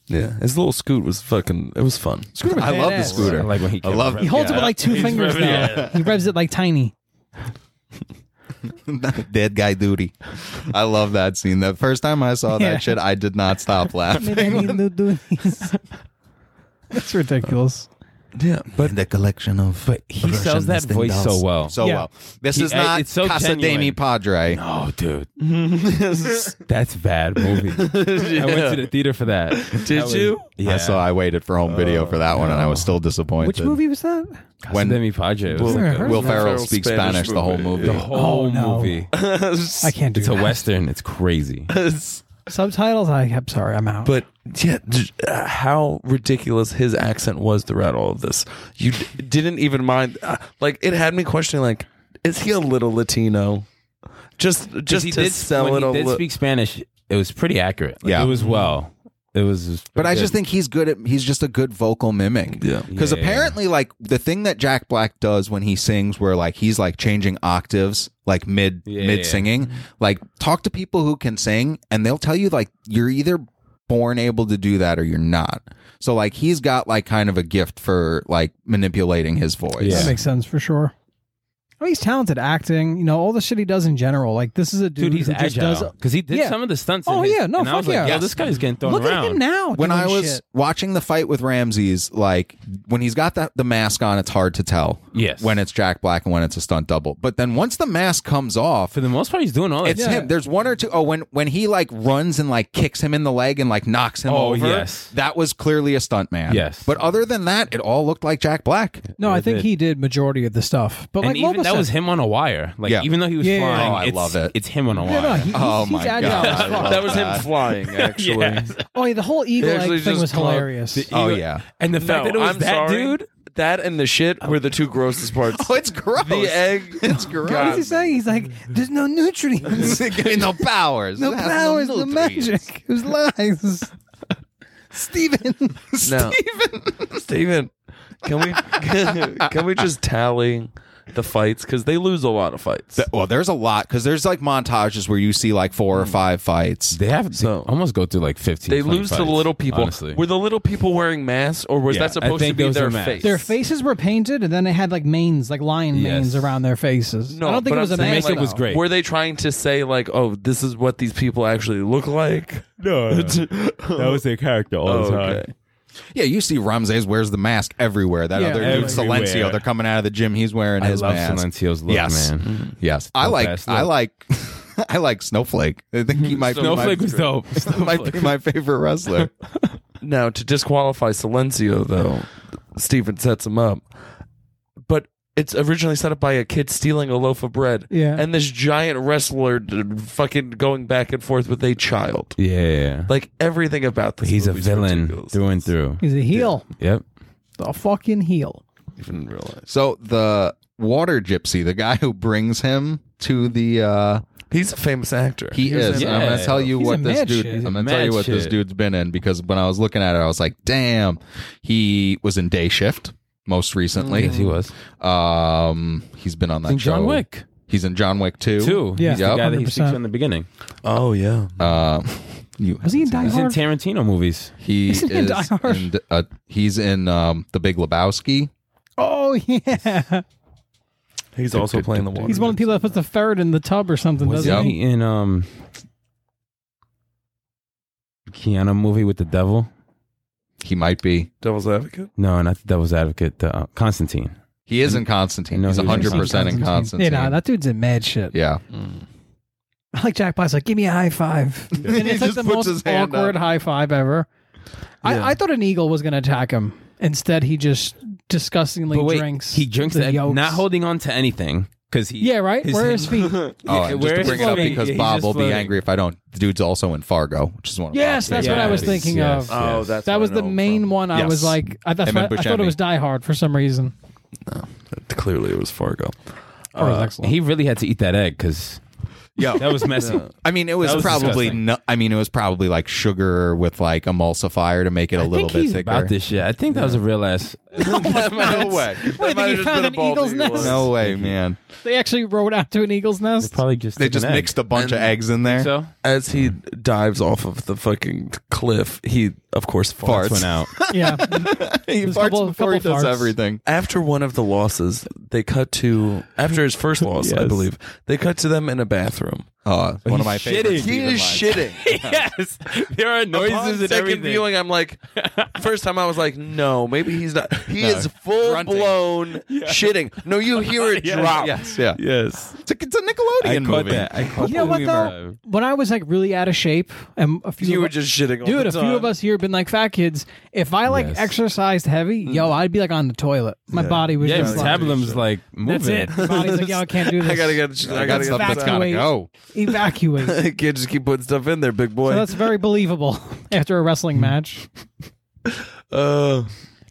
Speaker 2: Yeah, his little scoot was fucking. It was fun.
Speaker 3: Scooter was
Speaker 1: I love the
Speaker 3: badass.
Speaker 1: scooter.
Speaker 4: I like when he
Speaker 1: I
Speaker 4: kept
Speaker 1: love
Speaker 3: He holds it
Speaker 1: yeah.
Speaker 3: with like two fingers now. He revs it like tiny.
Speaker 1: Dead guy duty. I love that scene. The first time I saw that
Speaker 3: Yeah.
Speaker 1: shit, I did not stop laughing.
Speaker 3: That's ridiculous.
Speaker 2: Yeah, but
Speaker 1: the collection of
Speaker 4: But he sells that voice so well.
Speaker 1: So
Speaker 3: Yeah.
Speaker 1: well. This
Speaker 4: He-
Speaker 1: is
Speaker 4: I-
Speaker 1: not
Speaker 4: it's so
Speaker 1: Casa de mi
Speaker 4: genuine.
Speaker 1: Padre.
Speaker 4: oh, dude, that's bad movie. I went to the theater for that.
Speaker 2: did you?
Speaker 1: I
Speaker 4: Yeah. Oh.
Speaker 1: saw I waited for home video for that one and I was still disappointed.
Speaker 3: Which movie was that?
Speaker 4: Casa
Speaker 1: When-
Speaker 4: de mi Padre. It was
Speaker 2: Well,
Speaker 4: like a
Speaker 3: Will
Speaker 1: Will Ferrell
Speaker 2: Ferrell's
Speaker 1: speaks
Speaker 2: Spanish
Speaker 1: Spanish, the whole
Speaker 2: movie.
Speaker 1: movie.
Speaker 2: The
Speaker 4: whole
Speaker 3: Oh, no.
Speaker 4: movie.
Speaker 3: I can't do
Speaker 4: It's a
Speaker 3: that.
Speaker 4: western. It's crazy.
Speaker 3: Subtitles? I, I'm sorry, I'm out.
Speaker 2: but yeah, j- uh, how ridiculous his accent was throughout all of this. You d- didn't even mind. uh, Like it had me questioning. Like, is he a little Latino? Just just
Speaker 4: he
Speaker 2: to
Speaker 4: did,
Speaker 2: sell it
Speaker 4: when
Speaker 2: a
Speaker 4: he did
Speaker 2: little.
Speaker 4: speak Spanish, it was pretty accurate. Like,
Speaker 1: Yeah.
Speaker 4: it was well. It was. it was
Speaker 1: But I
Speaker 4: pretty
Speaker 1: just
Speaker 4: good.
Speaker 1: think he's good at he's just a good vocal mimic.
Speaker 2: yeah,
Speaker 1: Because
Speaker 4: Yeah.
Speaker 1: apparently, like the thing that Jack Black does when he sings, where like he's like changing octaves, like mid
Speaker 4: Yeah.
Speaker 1: mid singing. Like talk to people who can sing, and they'll tell you like you're either born able to do that or you're not. So like he's got like kind of a gift for like manipulating his voice.
Speaker 4: Yeah.
Speaker 3: That makes sense for sure. Oh, he's talented acting. You know all the shit he does in general. Like this is a dude,
Speaker 4: dude, he's
Speaker 3: who just does.
Speaker 4: agile because he did
Speaker 3: Yeah.
Speaker 4: some of the stunts.
Speaker 3: Oh,
Speaker 4: in his,
Speaker 3: yeah, no,
Speaker 4: and I
Speaker 3: fuck
Speaker 4: was like,
Speaker 3: yeah.
Speaker 4: yo, this guy's getting thrown
Speaker 3: Look
Speaker 4: around.
Speaker 3: at him now.
Speaker 1: when
Speaker 3: doing
Speaker 1: I was
Speaker 3: shit.
Speaker 1: watching the fight with Ramses, like when he's got that the mask on, it's hard to tell.
Speaker 4: Yes.
Speaker 1: When it's Jack Black and when it's a stunt double. But then once the mask comes off,
Speaker 4: For the most part, he's doing all that.
Speaker 1: it's him. There's one or two oh when when he like runs and like kicks him in the leg and like knocks him
Speaker 4: Oh,
Speaker 1: over.
Speaker 4: yes.
Speaker 1: That was clearly a stunt man.
Speaker 4: Yes.
Speaker 1: But other than that, it all looked like Jack Black.
Speaker 3: No, I think
Speaker 4: did.
Speaker 3: he did majority of the stuff. But
Speaker 4: and
Speaker 3: like
Speaker 4: even
Speaker 3: Lobo
Speaker 4: that was
Speaker 3: said-
Speaker 4: him on a wire. Like
Speaker 1: Yeah.
Speaker 4: even though he was
Speaker 3: Yeah.
Speaker 4: flying,
Speaker 1: Oh, I
Speaker 4: it's-
Speaker 1: love it.
Speaker 4: It's him on a
Speaker 3: No,
Speaker 4: wire.
Speaker 3: no, he, he's,
Speaker 1: Oh,
Speaker 3: he's
Speaker 1: my
Speaker 3: agile
Speaker 1: God.
Speaker 3: as fuck.
Speaker 2: that was him flying. Actually,
Speaker 3: Oh, yeah, the whole eagle
Speaker 2: They actually
Speaker 3: egg thing
Speaker 2: just
Speaker 3: was
Speaker 2: clubbed
Speaker 3: hilarious.
Speaker 4: The
Speaker 1: Oh
Speaker 4: eagle-
Speaker 1: yeah.
Speaker 4: And the fact
Speaker 2: no,
Speaker 4: that it was
Speaker 2: I'm
Speaker 4: that
Speaker 2: sorry.
Speaker 4: dude.
Speaker 2: That and the shit were the two grossest parts.
Speaker 1: Oh, it's gross.
Speaker 2: the egg. It's gross.
Speaker 3: what does he say? He's like, "There's no nutrients,
Speaker 1: no powers.
Speaker 3: no
Speaker 1: It has
Speaker 3: powers, no
Speaker 1: nutrients.
Speaker 3: magic. It was lies." Steven.
Speaker 2: No. Steven. Steven, can we can we just tally the fights cuz they lose a lot of fights.
Speaker 1: Th- Well, there's a lot because there's like montages where you see like four or five fights.
Speaker 4: They have
Speaker 2: So-
Speaker 4: they almost go through like fifteen.
Speaker 2: they
Speaker 4: 20
Speaker 2: lose to
Speaker 4: fights,
Speaker 2: the little people.
Speaker 4: Honestly,
Speaker 2: Were the little people wearing masks or was
Speaker 4: Yeah,
Speaker 2: that
Speaker 4: I
Speaker 2: supposed to
Speaker 4: think
Speaker 2: be
Speaker 4: those
Speaker 2: their
Speaker 4: are masks.
Speaker 2: face?
Speaker 3: Their faces were painted, and then they had like manes, like lion manes
Speaker 4: Yes.
Speaker 3: around their faces.
Speaker 2: No,
Speaker 3: I don't think
Speaker 2: but
Speaker 3: it was
Speaker 2: I'm
Speaker 3: a
Speaker 2: saying,
Speaker 3: man.
Speaker 4: makeup
Speaker 2: like,
Speaker 4: was great.
Speaker 2: Were they trying to say like, "Oh, this is what these people actually look like"?
Speaker 4: no, that was their character all
Speaker 2: Oh, okay.
Speaker 1: Yeah, you see Ramses wears the mask everywhere. That
Speaker 3: Yeah,
Speaker 1: other dude,
Speaker 4: everywhere.
Speaker 1: Silencio, they're coming out of the gym. He's wearing
Speaker 4: I
Speaker 1: his
Speaker 4: love
Speaker 1: mask.
Speaker 4: Silencio's look,
Speaker 1: Yes. Mm-hmm.
Speaker 4: man.
Speaker 1: Yes, I like.
Speaker 4: best
Speaker 1: I
Speaker 4: look.
Speaker 1: like. I like Snowflake. I think he might.
Speaker 4: Snowflake
Speaker 1: might,
Speaker 4: was dope.
Speaker 1: might be my favorite wrestler.
Speaker 2: Now to disqualify Silencio though, Steven sets him up. But it's originally set up by a kid stealing a loaf of bread.
Speaker 3: Yeah.
Speaker 2: And this giant wrestler d- fucking going back and forth with a child.
Speaker 4: Yeah, yeah.
Speaker 2: Like everything about this.
Speaker 4: he's a
Speaker 2: movie's
Speaker 4: villain
Speaker 2: ridiculous.
Speaker 4: through and through.
Speaker 3: He's a heel,
Speaker 4: Yep.
Speaker 3: a fucking heel.
Speaker 2: Even realize.
Speaker 1: so the water gypsy, the guy who brings him to the, uh
Speaker 2: He's a famous actor.
Speaker 1: he is.
Speaker 4: a-
Speaker 1: and I'm gonna
Speaker 4: yeah.
Speaker 1: tell you
Speaker 3: He's a
Speaker 1: what this
Speaker 3: mad
Speaker 1: dude.
Speaker 3: shit.
Speaker 1: I'm
Speaker 3: He's a
Speaker 1: gonna tell
Speaker 4: mad
Speaker 1: you what this
Speaker 4: shit.
Speaker 1: dude's been in because when I was looking at it, I was like, damn, he was in day shift most recently.
Speaker 4: Yes, he was.
Speaker 1: Um, he's been on that
Speaker 4: in
Speaker 1: show.
Speaker 4: John Wick.
Speaker 1: He's in John Wick too.
Speaker 4: Two.
Speaker 3: Yeah.
Speaker 4: He's the
Speaker 1: Yep.
Speaker 4: guy that he speaks
Speaker 3: 100%.
Speaker 4: in the beginning.
Speaker 2: oh yeah.
Speaker 1: Uh, you
Speaker 3: Was he in Die
Speaker 4: He's in
Speaker 3: Hard?
Speaker 4: Tarantino movies.
Speaker 1: He
Speaker 3: Isn't he in
Speaker 1: is
Speaker 3: Die Hard?
Speaker 1: in, uh, he's in um, the Big Lebowski.
Speaker 3: oh yeah,
Speaker 2: He's also playing the water.
Speaker 3: he's one of the people that puts the ferret in the tub or something,
Speaker 4: Was
Speaker 3: doesn't
Speaker 1: he?
Speaker 3: he?
Speaker 4: he in um Keanu movie with the devil?
Speaker 1: He might be.
Speaker 2: Devil's Advocate.
Speaker 4: No, not the devil's advocate. The, uh, Constantine.
Speaker 1: He is in Constantine.
Speaker 4: I know
Speaker 1: He's
Speaker 4: he was in
Speaker 1: hundred percent in Constantine.
Speaker 3: Yeah, nah, that dude's in mad shit.
Speaker 1: Yeah.
Speaker 3: Like Jack Black's like, give me a high five. And
Speaker 1: He
Speaker 3: it's like
Speaker 1: just
Speaker 3: the
Speaker 1: puts
Speaker 3: most
Speaker 1: his hand
Speaker 3: awkward
Speaker 1: up.
Speaker 3: high five ever.
Speaker 2: Yeah.
Speaker 3: I, I thought an eagle was going to attack him. Instead, he just disgustingly
Speaker 4: But wait,
Speaker 3: drinks.
Speaker 4: he drinks
Speaker 3: the
Speaker 4: the egg,
Speaker 3: yolks.
Speaker 4: not holding on to anything because he
Speaker 3: Yeah, right. Where are his feet?
Speaker 1: Oh, and just to
Speaker 4: where's
Speaker 1: bring it up
Speaker 4: floating?
Speaker 1: because
Speaker 4: He's
Speaker 1: Bob
Speaker 4: just
Speaker 1: will be
Speaker 4: floating.
Speaker 1: angry if I don't. The dude's also in Fargo, which is one. Of
Speaker 3: Yes,
Speaker 1: Bob's
Speaker 3: that's what I was
Speaker 1: favorites.
Speaker 3: thinking of.
Speaker 2: Oh, that's
Speaker 3: that
Speaker 2: what
Speaker 3: was
Speaker 2: I
Speaker 3: the
Speaker 2: know
Speaker 3: main
Speaker 2: from-
Speaker 3: one. I
Speaker 1: Yes.
Speaker 3: was like, I, that's
Speaker 1: Him and
Speaker 3: what- I thought it
Speaker 1: Buscemi.
Speaker 3: was Die Hard for some reason.
Speaker 2: Clearly, it was Fargo.
Speaker 3: Or it was excellent.
Speaker 4: he really had to eat that egg because
Speaker 1: Yeah,
Speaker 4: that was messy.
Speaker 1: I mean, it was,
Speaker 4: That was
Speaker 1: probably.
Speaker 4: disgusting.
Speaker 1: No, I mean, it was probably like sugar with like emulsifier to make it a
Speaker 4: I
Speaker 1: little
Speaker 4: think
Speaker 1: bit
Speaker 4: he's
Speaker 1: thicker.
Speaker 4: about this shit. I think that was a real ass.
Speaker 2: no way.
Speaker 3: Wait, they found an eagle's nest.
Speaker 1: No way, man.
Speaker 3: they actually rode out to an eagle's nest.
Speaker 4: Probably just
Speaker 1: They
Speaker 4: took
Speaker 1: just
Speaker 4: an egg.
Speaker 1: mixed a bunch of eggs in there.
Speaker 4: so.
Speaker 2: As he dives off of the fucking cliff, he of course farts.
Speaker 1: Farts.
Speaker 4: Went out.
Speaker 3: yeah,
Speaker 1: he
Speaker 3: There's
Speaker 1: farts
Speaker 3: a couple-
Speaker 1: before he
Speaker 3: couple
Speaker 1: does
Speaker 3: farts.
Speaker 1: everything.
Speaker 2: After one of the losses, they cut to after his first loss, I
Speaker 4: Yes.
Speaker 2: believe. They cut to them in a bathroom.
Speaker 1: Uh, one of my
Speaker 4: he's
Speaker 1: favorite.
Speaker 4: shitting.
Speaker 1: Steven lines.
Speaker 4: yes, there are
Speaker 2: Upon
Speaker 4: noises and
Speaker 2: second
Speaker 4: everything.
Speaker 2: viewing, I'm like, first time I was like, no, maybe he's not. He
Speaker 1: No.
Speaker 2: is full
Speaker 1: Grunting.
Speaker 2: blown shitting. No, you hear it drop.
Speaker 1: Yes, yeah.
Speaker 4: Yes,
Speaker 1: It's a, it's a Nickelodeon
Speaker 4: I caught
Speaker 1: movie.
Speaker 4: that. I caught
Speaker 3: you know
Speaker 4: that.
Speaker 3: what though? When I was like really out of shape, and a few
Speaker 2: You
Speaker 3: of
Speaker 2: were
Speaker 3: us-
Speaker 2: just shitting, all
Speaker 3: dude,
Speaker 2: the
Speaker 3: a few of
Speaker 2: time.
Speaker 3: us here have been like fat kids. If I like
Speaker 4: Yes.
Speaker 3: exercised heavy, yo, I'd be like on the toilet. My body was
Speaker 4: Yeah,
Speaker 3: just like,
Speaker 4: metabolism's like
Speaker 3: that's
Speaker 4: moving.
Speaker 3: it. Body's like, yo, I can't do this.
Speaker 2: I gotta get. I
Speaker 1: I got
Speaker 2: gotta
Speaker 1: stuff
Speaker 2: get.
Speaker 1: that's gotta
Speaker 3: Evacuate.
Speaker 1: go.
Speaker 3: evacuate. so
Speaker 2: Can't just keep putting stuff in there, big boy.
Speaker 3: that's very believable after a wrestling match.
Speaker 2: uh,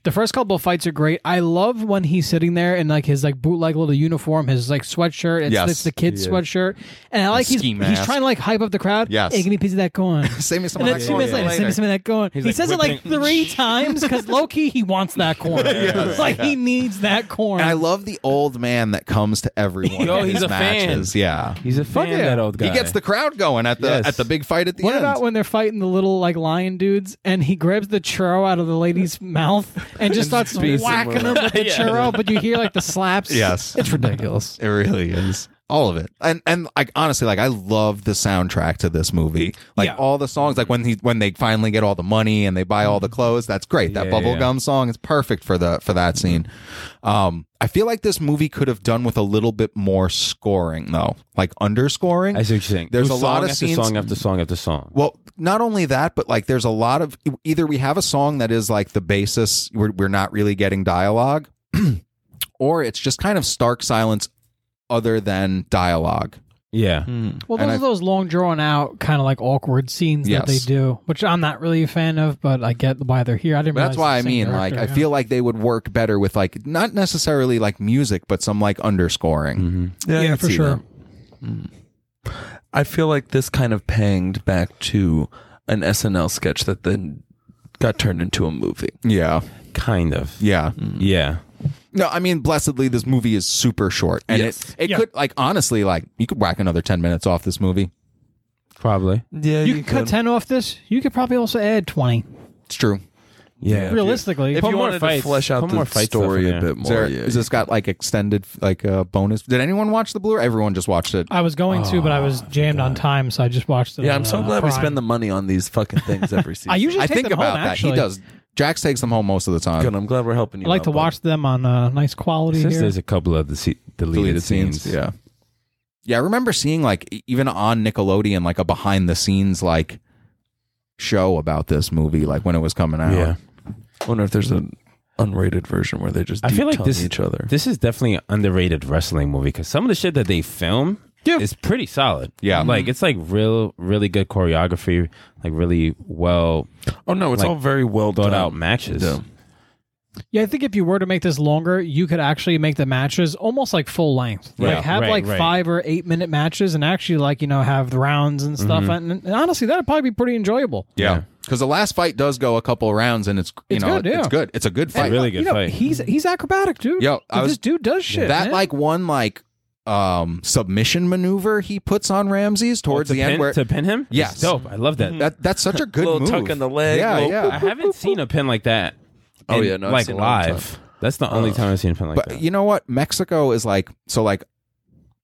Speaker 3: The first couple of fights are great. I love when he's sitting there in like his like bootleg little uniform, his like sweatshirt. It's,
Speaker 1: Yes.
Speaker 3: it's the kid's sweatshirt, and I like he's,
Speaker 1: ski
Speaker 3: he's
Speaker 1: mask.
Speaker 3: trying to like hype up the crowd.
Speaker 1: Yes.
Speaker 3: hey, give me a piece of that corn.
Speaker 1: Save me some
Speaker 3: And
Speaker 1: of
Speaker 3: then
Speaker 1: that
Speaker 3: two
Speaker 1: corn for
Speaker 3: minutes later, send me
Speaker 1: later.
Speaker 3: some of that corn. He
Speaker 4: like
Speaker 3: says it like
Speaker 4: whipping-
Speaker 3: three times because low key he wants that corn. It's like he needs that corn.
Speaker 1: And I love the old man that comes to everyone.
Speaker 4: Yo,
Speaker 1: in
Speaker 4: he's
Speaker 1: his
Speaker 4: a fan.
Speaker 1: matches. Yeah.
Speaker 4: He's a fan.
Speaker 3: yeah.
Speaker 4: of That old guy.
Speaker 1: He gets the crowd going at the
Speaker 4: Yes.
Speaker 1: at the big fight at the
Speaker 3: what
Speaker 1: end.
Speaker 3: about when they're fighting the little like lion dudes and he grabs the churro out of the lady's mouth and just starts
Speaker 2: beats him
Speaker 3: whacking
Speaker 2: with
Speaker 3: them
Speaker 2: it.
Speaker 3: with the
Speaker 4: Yeah.
Speaker 3: churro, but you hear like the slaps?
Speaker 1: Yes.
Speaker 3: It's ridiculous.
Speaker 1: it really is. All of it. And and like honestly, like I love the soundtrack to this movie. Like
Speaker 3: Yeah.
Speaker 1: all the songs, like when he when they finally get all the money and they buy all the clothes, that's great. That
Speaker 4: Mm-hmm. Yeah, Mm-hmm.
Speaker 1: bubblegum
Speaker 4: yeah.
Speaker 1: song is perfect for the for that scene. Um I feel like this movie could have done with a little bit more scoring though. Like underscoring.
Speaker 4: I see what you're saying.
Speaker 1: There's
Speaker 4: It was
Speaker 1: a lot
Speaker 4: song
Speaker 1: of
Speaker 4: after
Speaker 1: scenes-
Speaker 4: song after song after song.
Speaker 1: Well, not only that, but like there's a lot of e, either we have a song that is like the basis, we're, we're not really getting dialogue, or it's just kind of stark silence other than dialogue.
Speaker 4: Yeah.
Speaker 3: Well,
Speaker 1: And
Speaker 3: those are those long drawn out kind of like awkward scenes that they
Speaker 1: Yes.
Speaker 3: do, which I'm not really a fan of, but I get why they're here. I didn't.
Speaker 1: But that's
Speaker 3: realize
Speaker 1: why I
Speaker 3: it's the same
Speaker 1: mean, like,
Speaker 3: director,
Speaker 1: I
Speaker 3: yeah.
Speaker 1: feel like they would work better with like not necessarily like music, but some like underscoring.
Speaker 2: yeah, I
Speaker 3: yeah,
Speaker 2: can
Speaker 3: for
Speaker 2: see
Speaker 3: sure.
Speaker 2: that. I feel like this kind of panged back to an SNL sketch that then got turned into a movie.
Speaker 1: Yeah,
Speaker 4: Kind of.
Speaker 1: yeah.
Speaker 3: Mm-hmm.
Speaker 4: Yeah.
Speaker 1: No, I mean, blessedly, this movie is super short, and
Speaker 2: Yes.
Speaker 1: it it
Speaker 3: Yeah.
Speaker 1: could like honestly, like you could whack another ten minutes off this movie.
Speaker 4: Probably.
Speaker 2: Yeah,
Speaker 3: You could cut ten off this. You could probably also add twenty.
Speaker 1: It's true.
Speaker 4: Yeah.
Speaker 3: Realistically,
Speaker 2: if
Speaker 4: Put
Speaker 2: you
Speaker 4: more
Speaker 2: wanted
Speaker 4: fights.
Speaker 2: to flesh out
Speaker 4: Put
Speaker 2: the
Speaker 4: more fight stuff
Speaker 2: story
Speaker 4: in
Speaker 2: a
Speaker 4: there.
Speaker 2: bit
Speaker 1: Is,
Speaker 2: more,
Speaker 1: there,
Speaker 2: yeah,
Speaker 1: is this got like extended like uh, bonus? Did anyone watch the Blu-ray? Everyone just watched it.
Speaker 3: I was going to, but I
Speaker 1: Oh,
Speaker 3: was jammed on time, so I just watched it.
Speaker 2: yeah,
Speaker 3: on,
Speaker 2: I'm so
Speaker 3: uh,
Speaker 2: glad we
Speaker 3: Prime.
Speaker 2: spend the money on these fucking things every season.
Speaker 3: I usually
Speaker 1: I
Speaker 3: take
Speaker 1: think
Speaker 3: them home,
Speaker 1: about that.
Speaker 3: Actually.
Speaker 1: He does. Jax takes them home most of the time.
Speaker 2: Good, I'm glad we're helping you.
Speaker 3: I like
Speaker 2: out,
Speaker 3: to
Speaker 2: bud.
Speaker 3: watch them on uh, nice quality
Speaker 4: Since
Speaker 3: here.
Speaker 4: there's a couple of the se- deleted,
Speaker 1: Deleted
Speaker 4: scenes.
Speaker 1: scenes. Yeah. Yeah, I remember seeing like e- even on Nickelodeon like a behind the scenes like show about this movie like when it was coming out.
Speaker 4: Yeah.
Speaker 2: I wonder if there's an unrated version where they just
Speaker 4: I
Speaker 2: deep
Speaker 4: feel like this
Speaker 2: each other.
Speaker 4: This is definitely an underrated wrestling movie because some of the shit that they film
Speaker 3: Yeah.
Speaker 4: is pretty solid.
Speaker 1: Yeah. Mm-hmm.
Speaker 4: Like it's like real, really good choreography, like really well
Speaker 2: oh no, it's
Speaker 4: like,
Speaker 2: all very well
Speaker 4: thought
Speaker 2: done
Speaker 4: out matches.
Speaker 2: Yeah.
Speaker 3: Yeah, I think if you were to make this longer, you could actually make the matches almost like full length.
Speaker 4: Yeah,
Speaker 3: like have
Speaker 4: right,
Speaker 3: like
Speaker 4: right.
Speaker 3: five or eight minute matches and actually like, you know, have the rounds and stuff.
Speaker 1: Mm-hmm.
Speaker 3: And, and honestly, that'd probably be pretty enjoyable.
Speaker 1: Yeah. Cuz the last fight does go a couple rounds and it's you
Speaker 3: It's
Speaker 1: know
Speaker 3: good, yeah.
Speaker 1: it's good. It's a good fight.
Speaker 4: It really
Speaker 3: You
Speaker 4: good
Speaker 3: know,
Speaker 4: fight.
Speaker 3: He's he's acrobatic, dude.
Speaker 1: Yo, I
Speaker 3: this
Speaker 1: was-
Speaker 3: dude does shit.
Speaker 1: that
Speaker 3: man.
Speaker 1: like one like um submission maneuver he puts on Ramses towards
Speaker 4: to
Speaker 1: the
Speaker 4: pin,
Speaker 1: end where
Speaker 4: to pin him?
Speaker 1: Yes.
Speaker 4: It's dope. I love that.
Speaker 1: that that's such a good
Speaker 2: Little
Speaker 1: move.
Speaker 2: tuck in the leg,
Speaker 1: Yeah,
Speaker 2: little
Speaker 1: yeah.
Speaker 4: I haven't seen a pin like that.
Speaker 2: Oh,
Speaker 4: in,
Speaker 2: yeah, no, I've
Speaker 4: like
Speaker 2: seen it all the
Speaker 4: live. That's the
Speaker 2: Uh,
Speaker 4: only time I've seen a pin like
Speaker 1: but
Speaker 4: that.
Speaker 1: you know what mexico is like so like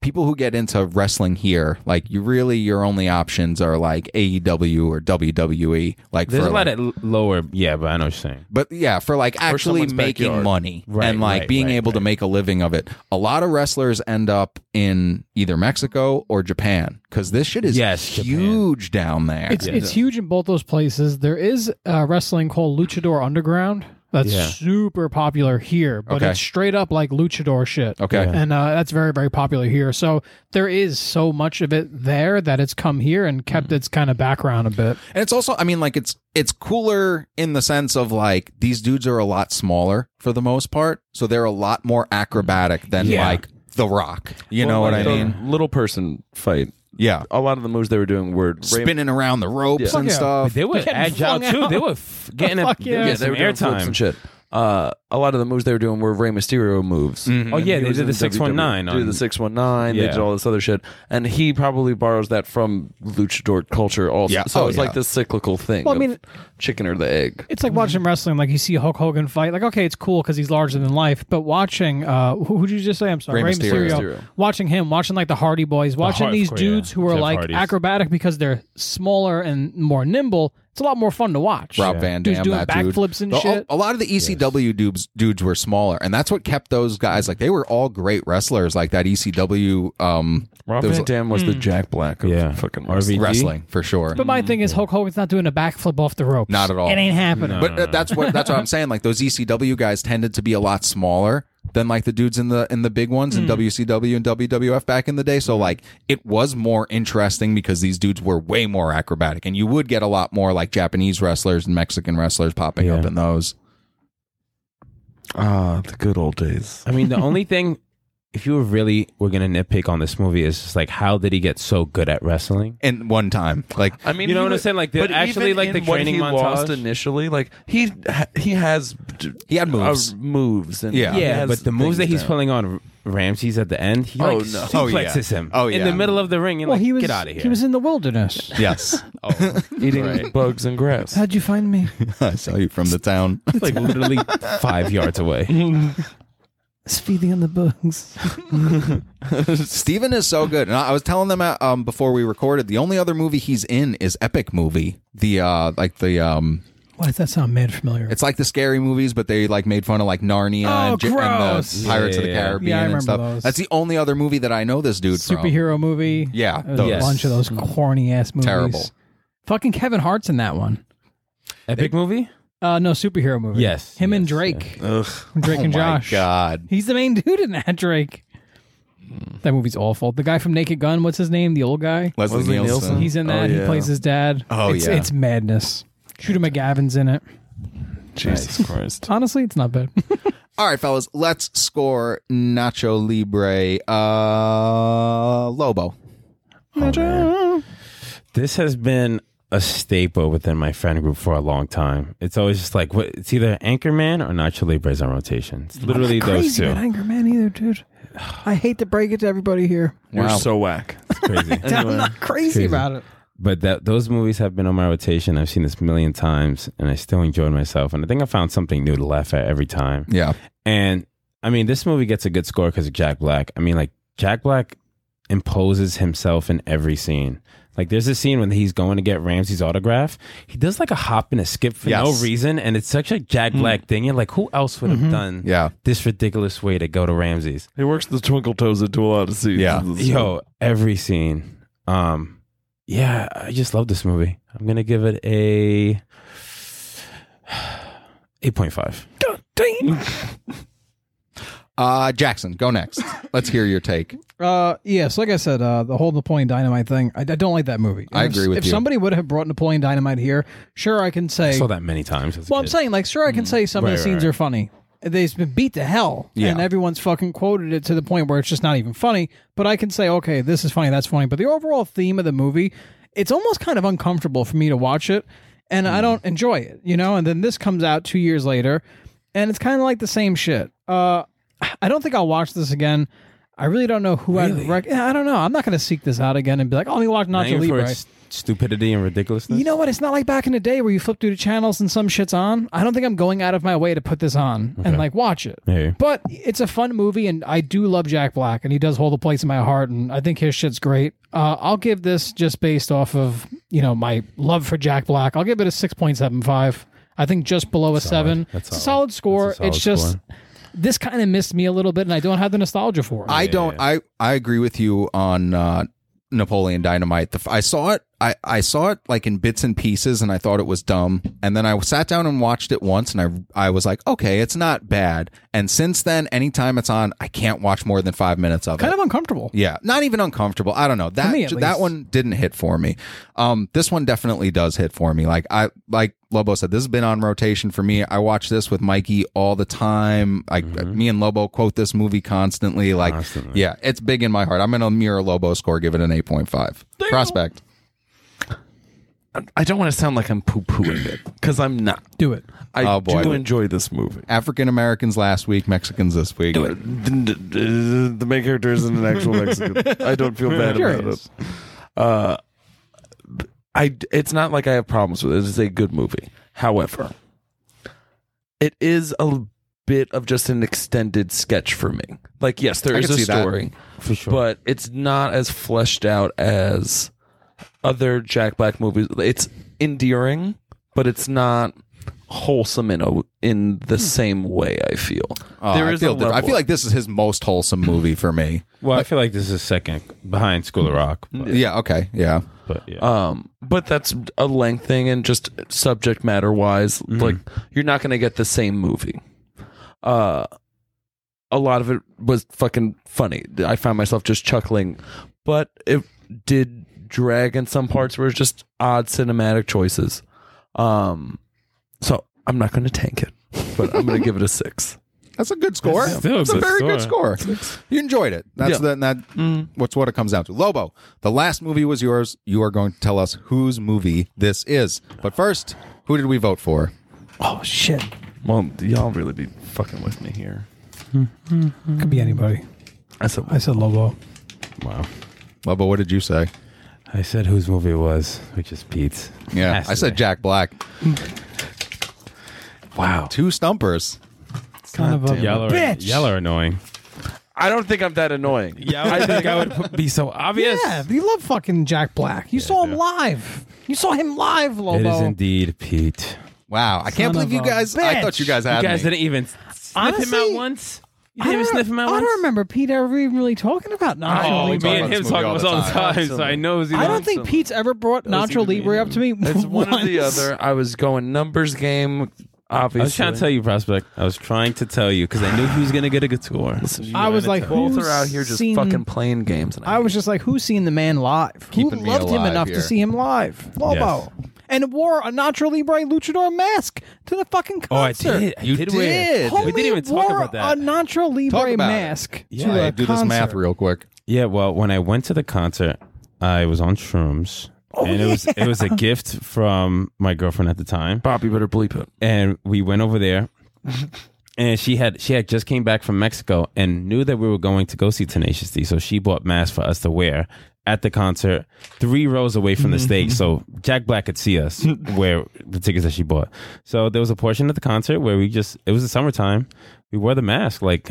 Speaker 1: people who get into wrestling here like you really your only options are like aew or wwe like
Speaker 4: There's
Speaker 1: for
Speaker 4: a lot of l- lower, yeah, but I know what you're saying.
Speaker 1: but yeah for like actually
Speaker 2: someone's
Speaker 1: making
Speaker 2: backyard.
Speaker 1: money
Speaker 4: Right,
Speaker 1: and like
Speaker 4: right,
Speaker 1: being
Speaker 4: right,
Speaker 1: able to
Speaker 4: right.
Speaker 1: make a living of it a lot of wrestlers end up in either mexico or japan because this shit is
Speaker 4: Yes, Japan.
Speaker 1: huge down there
Speaker 3: it's it's huge in both those places. There is uh, wrestling called Luchador Underground, that's
Speaker 4: Yeah.
Speaker 3: super popular here, but
Speaker 1: Okay.
Speaker 3: it's straight up like luchador shit.
Speaker 1: Okay.
Speaker 4: Yeah.
Speaker 3: And uh, that's very, very popular here. So there is so much of it there that it's come here and
Speaker 1: Mm.
Speaker 3: kept its kind of background a bit.
Speaker 1: And it's also, I mean, like it's it's cooler in the sense of like these dudes are a lot smaller for the most part, so they're a lot more acrobatic than
Speaker 4: Yeah.
Speaker 1: like The Rock. You
Speaker 2: Well,
Speaker 1: know what I
Speaker 2: like the
Speaker 1: mean?
Speaker 2: Little person fight.
Speaker 1: Yeah,
Speaker 2: A lot of the moves they were doing were
Speaker 1: spinning around the ropes
Speaker 2: Yeah.
Speaker 1: and
Speaker 3: Fuck yeah.
Speaker 1: stuff.
Speaker 4: They were
Speaker 3: Getting
Speaker 4: agile
Speaker 3: flung
Speaker 4: too.
Speaker 3: out.
Speaker 4: They were f- getting up.
Speaker 3: Fuck
Speaker 4: they were
Speaker 3: yeah.
Speaker 2: Yeah,
Speaker 4: getting
Speaker 2: they were doing
Speaker 4: some
Speaker 2: flips
Speaker 4: airtime.
Speaker 2: and shit. Uh, a lot of the moves they were doing were Rey Mysterio moves.
Speaker 4: Oh yeah,
Speaker 2: He
Speaker 4: they
Speaker 2: was
Speaker 4: did
Speaker 2: in
Speaker 4: the
Speaker 2: WWE.
Speaker 4: six one nine.
Speaker 2: They did the six one nine. They
Speaker 4: Yeah.
Speaker 2: did all this other shit, and he probably borrows that from luchador culture. Also,
Speaker 1: Yeah.
Speaker 2: so
Speaker 1: Oh,
Speaker 2: it's
Speaker 1: yeah.
Speaker 2: like this cyclical thing.
Speaker 3: Well, I
Speaker 2: of
Speaker 3: mean-
Speaker 2: chicken or the egg.
Speaker 3: It's like watching wrestling. Like you see Hulk Hogan fight. Like okay, it's cool because he's larger than life. But watching, uh, who would you just say? I'm sorry,
Speaker 1: Rey
Speaker 3: Rey
Speaker 1: Mysterio.
Speaker 3: Mysterio.
Speaker 2: Mysterio.
Speaker 3: Watching him, watching like the Hardy Boys, watching
Speaker 4: Har- of
Speaker 3: these
Speaker 4: course,
Speaker 3: dudes
Speaker 4: yeah.
Speaker 3: who are
Speaker 4: Jeff
Speaker 3: like
Speaker 4: Hardys.
Speaker 3: acrobatic because they're smaller and more nimble. It's a lot more fun to watch.
Speaker 1: Rob Van
Speaker 3: Dudes
Speaker 1: Dam,
Speaker 3: doing
Speaker 1: that dude.
Speaker 3: backflips and
Speaker 1: The-
Speaker 3: shit.
Speaker 1: A, lot of the ECW dudes dudes were smaller, and that's what kept those guys like they were all great wrestlers. Like that ECW um,
Speaker 2: Rob
Speaker 1: there was
Speaker 2: Van Dam was the Jack Black of
Speaker 4: Hmm. Yeah.
Speaker 2: fucking
Speaker 4: RVD.
Speaker 2: wrestling.
Speaker 1: wrestling for sure.
Speaker 3: But my thing is Hulk Hogan's not doing a backflip off the ropes.
Speaker 1: Not at all.
Speaker 3: It ain't happening.
Speaker 1: But uh, that's what that's what I'm saying. Like those ECW guys tended to be a lot smaller than like the dudes in the in the big ones in WCW and WWF back in the day. So like it was more interesting because these dudes were way more acrobatic, and you would get a lot more like Japanese wrestlers and Mexican wrestlers popping up
Speaker 4: Yeah.
Speaker 1: in those.
Speaker 2: Ah, the good old days.
Speaker 4: I mean, the only thing, if you were really were gonna nitpick on this movie, is just like how did he get so good at wrestling?
Speaker 1: And one time, like
Speaker 2: I mean,
Speaker 4: You know
Speaker 2: he
Speaker 4: what I'm
Speaker 2: was-
Speaker 4: saying? Like, the-
Speaker 2: but
Speaker 4: actually,
Speaker 2: even
Speaker 4: like, the
Speaker 2: in what
Speaker 4: training
Speaker 2: he lost
Speaker 4: montage-
Speaker 2: initially. Like he ha- he has
Speaker 1: he had
Speaker 2: uh,
Speaker 1: moves.
Speaker 2: moves and
Speaker 1: Yeah.
Speaker 2: he
Speaker 4: Yeah,
Speaker 2: has
Speaker 4: but the moves that
Speaker 2: things
Speaker 4: he's
Speaker 2: down.
Speaker 4: pulling on R- Ramses at the end, he
Speaker 2: Oh,
Speaker 4: like
Speaker 2: no.
Speaker 4: suplexes
Speaker 1: Oh, yeah.
Speaker 4: him.
Speaker 1: Oh,
Speaker 4: in
Speaker 1: yeah.
Speaker 4: the middle of the ring. You're
Speaker 3: well,
Speaker 4: like,
Speaker 3: he was
Speaker 4: get out of here.
Speaker 3: He was in the wilderness.
Speaker 1: yes,
Speaker 4: oh,
Speaker 2: eating
Speaker 1: Right.
Speaker 2: bugs and grass.
Speaker 3: How'd you find me?
Speaker 1: I saw you from the town.
Speaker 4: like literally five yards away.
Speaker 3: It's feeding on the bugs.
Speaker 1: Steven is so good. And I I was telling them uh, um, before we recorded, the only other movie he's in is Epic Movie. The uh, like the um,
Speaker 3: Why does that sound mad familiar?
Speaker 1: It's like the scary movies, but they like made fun of like Narnia
Speaker 3: Oh,
Speaker 1: and, J- and
Speaker 3: gross.
Speaker 1: the Pirates of the
Speaker 4: Yeah, yeah, yeah.
Speaker 1: Caribbean
Speaker 3: Yeah, I remember
Speaker 1: and stuff.
Speaker 3: those.
Speaker 1: That's the only other movie that I know this dude from.
Speaker 3: superhero Uh, movie.
Speaker 1: Yeah,
Speaker 3: There's
Speaker 1: those.
Speaker 3: a bunch of those corny ass movies.
Speaker 1: Mm-hmm. Terrible.
Speaker 3: Fucking Kevin Hart's in that one.
Speaker 4: Epic movie?
Speaker 3: Uh, no superhero movie.
Speaker 4: Yes,
Speaker 3: him and
Speaker 4: yes,
Speaker 3: Drake.
Speaker 2: Ugh.
Speaker 3: From Drake
Speaker 1: Oh
Speaker 3: and
Speaker 1: my
Speaker 3: Josh.
Speaker 1: God,
Speaker 3: He's the main dude in that Drake.
Speaker 1: Hmm.
Speaker 3: That movie's awful. The guy from Naked Gun, what's his name? The old guy.
Speaker 1: Leslie,
Speaker 2: Leslie
Speaker 1: Nielsen.
Speaker 2: Nielsen.
Speaker 3: He's in
Speaker 2: Oh,
Speaker 3: that. He
Speaker 2: yeah.
Speaker 3: plays his dad.
Speaker 1: Oh,
Speaker 3: it's,
Speaker 1: yeah.
Speaker 3: it's madness. Shooter McGavin's in it.
Speaker 2: Jesus Christ.
Speaker 3: Honestly, it's not bad.
Speaker 1: All right, fellas, let's score Nacho Libre. Uh, Lobo.
Speaker 4: This has been a staple within my friend group for a long time. It's always just like what, it's either Anchorman or Nacho Libre's on rotation. It's literally those
Speaker 3: Crazy
Speaker 4: two.
Speaker 3: about Anger Man either, dude. I hate to break it to everybody here.
Speaker 2: You're
Speaker 1: Wow.
Speaker 2: so whack.
Speaker 4: It's crazy.
Speaker 3: I'm not crazy about it.
Speaker 4: But that those movies have been on my rotation. I've seen this a million times, and I still enjoyed myself. And I think I found something new to laugh at every time.
Speaker 1: Yeah,
Speaker 4: And I mean, this movie gets a good score because of Jack Black. I mean, like Jack Black imposes himself in every scene. Like there's a scene when he's going to get Ramsey's autograph. He does like a hop and a skip for
Speaker 1: Yes.
Speaker 4: no reason, and it's such a Jack
Speaker 3: Hmm.
Speaker 4: Black thing. And like, who else would have
Speaker 3: Mm-hmm.
Speaker 4: done
Speaker 1: yeah.
Speaker 4: this ridiculous way to go to Ramsey's?
Speaker 2: He works the twinkle toes into a lot of scenes.
Speaker 1: Yeah.
Speaker 4: Yo, every scene. Um, yeah, I just love this movie. I'm gonna give it a eight point five.
Speaker 1: Uh, Jackson, go next. Let's hear your take.
Speaker 3: Uh, yeah, so like I said, uh, the whole Napoleon Dynamite thing, I, I don't like that movie.
Speaker 1: I
Speaker 3: If-
Speaker 1: agree with
Speaker 3: if
Speaker 1: you.
Speaker 3: somebody would have brought Napoleon Dynamite here, sure, I can
Speaker 4: I
Speaker 3: say.
Speaker 4: saw that many times. as a
Speaker 3: Well, I'm
Speaker 4: kid.
Speaker 3: saying, like, sure, I can say some
Speaker 4: Mm-hmm. Right,
Speaker 3: of the
Speaker 4: right,
Speaker 3: scenes
Speaker 4: right.
Speaker 3: are funny. They've been beat to hell,
Speaker 1: Yeah.
Speaker 3: and everyone's fucking quoted it to the point where it's just not even funny. But I can say, okay, this is funny, that's funny. But the overall theme of the movie, it's almost kind of uncomfortable for me to watch it, and
Speaker 4: Mm.
Speaker 3: I don't enjoy it, you know. And then this comes out two years later, and it's kind of like the same shit. Uh, I don't think I'll watch this again. I really don't know who I'd rec- Yeah, I don't know. I'm not going to seek this out again and be like, oh, let me watch
Speaker 4: Not
Speaker 3: Nacho
Speaker 4: even for
Speaker 3: Libre.
Speaker 4: its stupidity and ridiculousness.
Speaker 3: You know what? It's not like back in the day where you flip through the channels and some shit's on. I don't think I'm going out of my way to put this on and like watch it.
Speaker 4: Yeah.
Speaker 3: But it's a fun movie, and I do love Jack Black, and he does hold a place in my heart, and I think his shit's great. Uh, I'll give this just based off of you know my love for Jack Black. I'll give it a six point seven five. I think just below a seven.
Speaker 4: That's
Speaker 3: it's a
Speaker 4: solid.
Speaker 3: solid score.
Speaker 4: That's a solid
Speaker 3: it's just
Speaker 4: score.
Speaker 3: this kind of missed me a little bit, and I don't have the nostalgia for it.
Speaker 1: I don't. I I agree with you on uh, Napoleon Dynamite. The, f- I saw it I, I saw it like in bits and pieces and I thought it was dumb. And then I sat down and watched it once and I, I was like, okay, it's not bad. And since then, anytime it's on, I can't watch more than five minutes of it.
Speaker 3: Kind of uncomfortable.
Speaker 1: Yeah, not even uncomfortable. I don't know that
Speaker 3: me, at
Speaker 1: that
Speaker 3: least.
Speaker 1: one didn't hit for me. Um, this one definitely does hit for me. Like I like Lobo said, this has been on rotation for me. I watch this with Mikey all the time. Like me and Lobo quote this movie constantly. Like
Speaker 4: Constantly.
Speaker 1: yeah, it's big in my heart. I'm gonna mirror Lobo score, give it an eight point five. Prospect.
Speaker 2: I don't want to sound like I'm poo pooing it because I'm not.
Speaker 3: Do it.
Speaker 2: I
Speaker 1: Oh, boy.
Speaker 2: do enjoy this movie.
Speaker 1: African Americans last week, Mexicans this week.
Speaker 2: The main character isn't an actual Mexican. I don't feel bad about
Speaker 3: Curious.
Speaker 2: it. Uh, I it's not like I have problems with it. It's a good movie. However, it is a bit of just an extended sketch for me. Like, yes, there
Speaker 1: I
Speaker 2: is
Speaker 1: can
Speaker 2: a
Speaker 1: see that.
Speaker 2: story,
Speaker 4: for sure.
Speaker 2: but it's not as fleshed out as other Jack Black movies. It's endearing, but it's not wholesome in a, in the same way. I feel
Speaker 1: Oh, I feel
Speaker 2: a
Speaker 1: di- I
Speaker 2: level-
Speaker 1: feel like this is his most wholesome movie for me.
Speaker 4: well, I feel like this is second behind School of Rock. But,
Speaker 1: Yeah. Uh, Okay. Yeah.
Speaker 4: but yeah.
Speaker 2: um, but that's a length thing and just subject matter wise, like you're not going to get the same movie. Uh, a lot of it was fucking funny. I found myself just chuckling, but it did drag in some parts where it's just odd cinematic choices. Um, so I'm not going to tank it, but I'm going to give it a six.
Speaker 1: That's a good score. It's
Speaker 4: still a
Speaker 1: a
Speaker 4: good
Speaker 1: very good score. You enjoyed it. That's
Speaker 2: Yeah.
Speaker 1: the, that. What's what it comes down to. Lobo, the last movie was yours. You are going to tell us whose movie this is. But first, who did we vote for?
Speaker 3: Oh shit!
Speaker 2: Well, y'all really be fucking with me here.
Speaker 3: Could be anybody.
Speaker 2: I said,
Speaker 3: I said Lobo.
Speaker 4: wow.
Speaker 1: Lobo, what did you say?
Speaker 4: I said whose movie it was, which is Pete's.
Speaker 1: Yeah,
Speaker 4: Has
Speaker 1: I
Speaker 4: to
Speaker 1: said
Speaker 4: be.
Speaker 1: Jack Black.
Speaker 2: wow.
Speaker 1: Two stumpers.
Speaker 3: Son of a
Speaker 4: Y'all are,
Speaker 3: bitch.
Speaker 4: y'all are annoying.
Speaker 2: I don't think I'm that annoying.
Speaker 4: Yeah, I think I would be so obvious.
Speaker 3: Yeah, you love fucking Jack Black. You saw him
Speaker 4: yeah.
Speaker 3: live. You saw him live,
Speaker 4: It
Speaker 3: Lobo.
Speaker 4: is indeed Pete.
Speaker 1: Wow, I can't
Speaker 3: Son
Speaker 1: believe
Speaker 3: of
Speaker 1: you
Speaker 3: a
Speaker 1: guys. I thought
Speaker 3: bitch.
Speaker 1: you guys had
Speaker 4: You guys
Speaker 1: me.
Speaker 4: didn't even sniff him
Speaker 3: Honestly,
Speaker 4: out once. You
Speaker 3: I
Speaker 4: didn't even
Speaker 3: don't,
Speaker 4: sniff him out
Speaker 3: I
Speaker 4: once.
Speaker 3: don't remember Pete ever even really talking about Nacho
Speaker 4: Oh,
Speaker 1: we
Speaker 4: me
Speaker 1: talk
Speaker 3: Libre.
Speaker 1: about
Speaker 4: and him
Speaker 1: this movie
Speaker 4: talking
Speaker 1: all
Speaker 4: about
Speaker 1: the
Speaker 4: it all the
Speaker 1: time.
Speaker 4: time, so I know. it's
Speaker 3: I
Speaker 4: either-
Speaker 3: don't think Pete's ever brought Nacho
Speaker 2: either
Speaker 3: Libre up to me.
Speaker 2: It's one or the
Speaker 3: once.
Speaker 2: other. I was going numbers game. Obviously,
Speaker 4: I was trying to tell you, prospect. I was trying to tell you because I knew he was gonna get a good score.
Speaker 3: I was like,
Speaker 2: both
Speaker 3: who's
Speaker 2: are out here just
Speaker 3: seen-
Speaker 2: fucking playing games. And
Speaker 3: I was just like, who's seen the man live?
Speaker 1: Keeping
Speaker 3: Who
Speaker 1: me
Speaker 3: loved him
Speaker 1: alive
Speaker 3: enough
Speaker 1: here.
Speaker 3: to see him live? Lobo. And wore a Nacho Libre luchador mask to the fucking
Speaker 4: Oh, I
Speaker 3: concert.
Speaker 4: did. I
Speaker 1: You
Speaker 4: did. wear-
Speaker 1: did.
Speaker 3: Homie
Speaker 4: We didn't even talk
Speaker 3: wore
Speaker 4: about
Speaker 3: A
Speaker 4: that.
Speaker 3: Nacho
Speaker 1: about
Speaker 3: Libre
Speaker 1: it.
Speaker 3: mask.
Speaker 4: Yeah.
Speaker 3: to
Speaker 1: All
Speaker 3: a
Speaker 1: right, do this math
Speaker 3: concert.
Speaker 1: real quick.
Speaker 4: Yeah, well, when I went to the concert, I was on shrooms, and it was it was a gift from my girlfriend at the time,
Speaker 2: Bobby better bleep it.
Speaker 4: and we went over there, and she had she had just came back from Mexico and knew that we were going to go see Tenacious D, so she bought masks for us to wear at the concert, three rows away from the stage, so Jack Black could see us wear the tickets that she bought. So there was a portion of the concert where we just it was the summertime, we wore the mask like.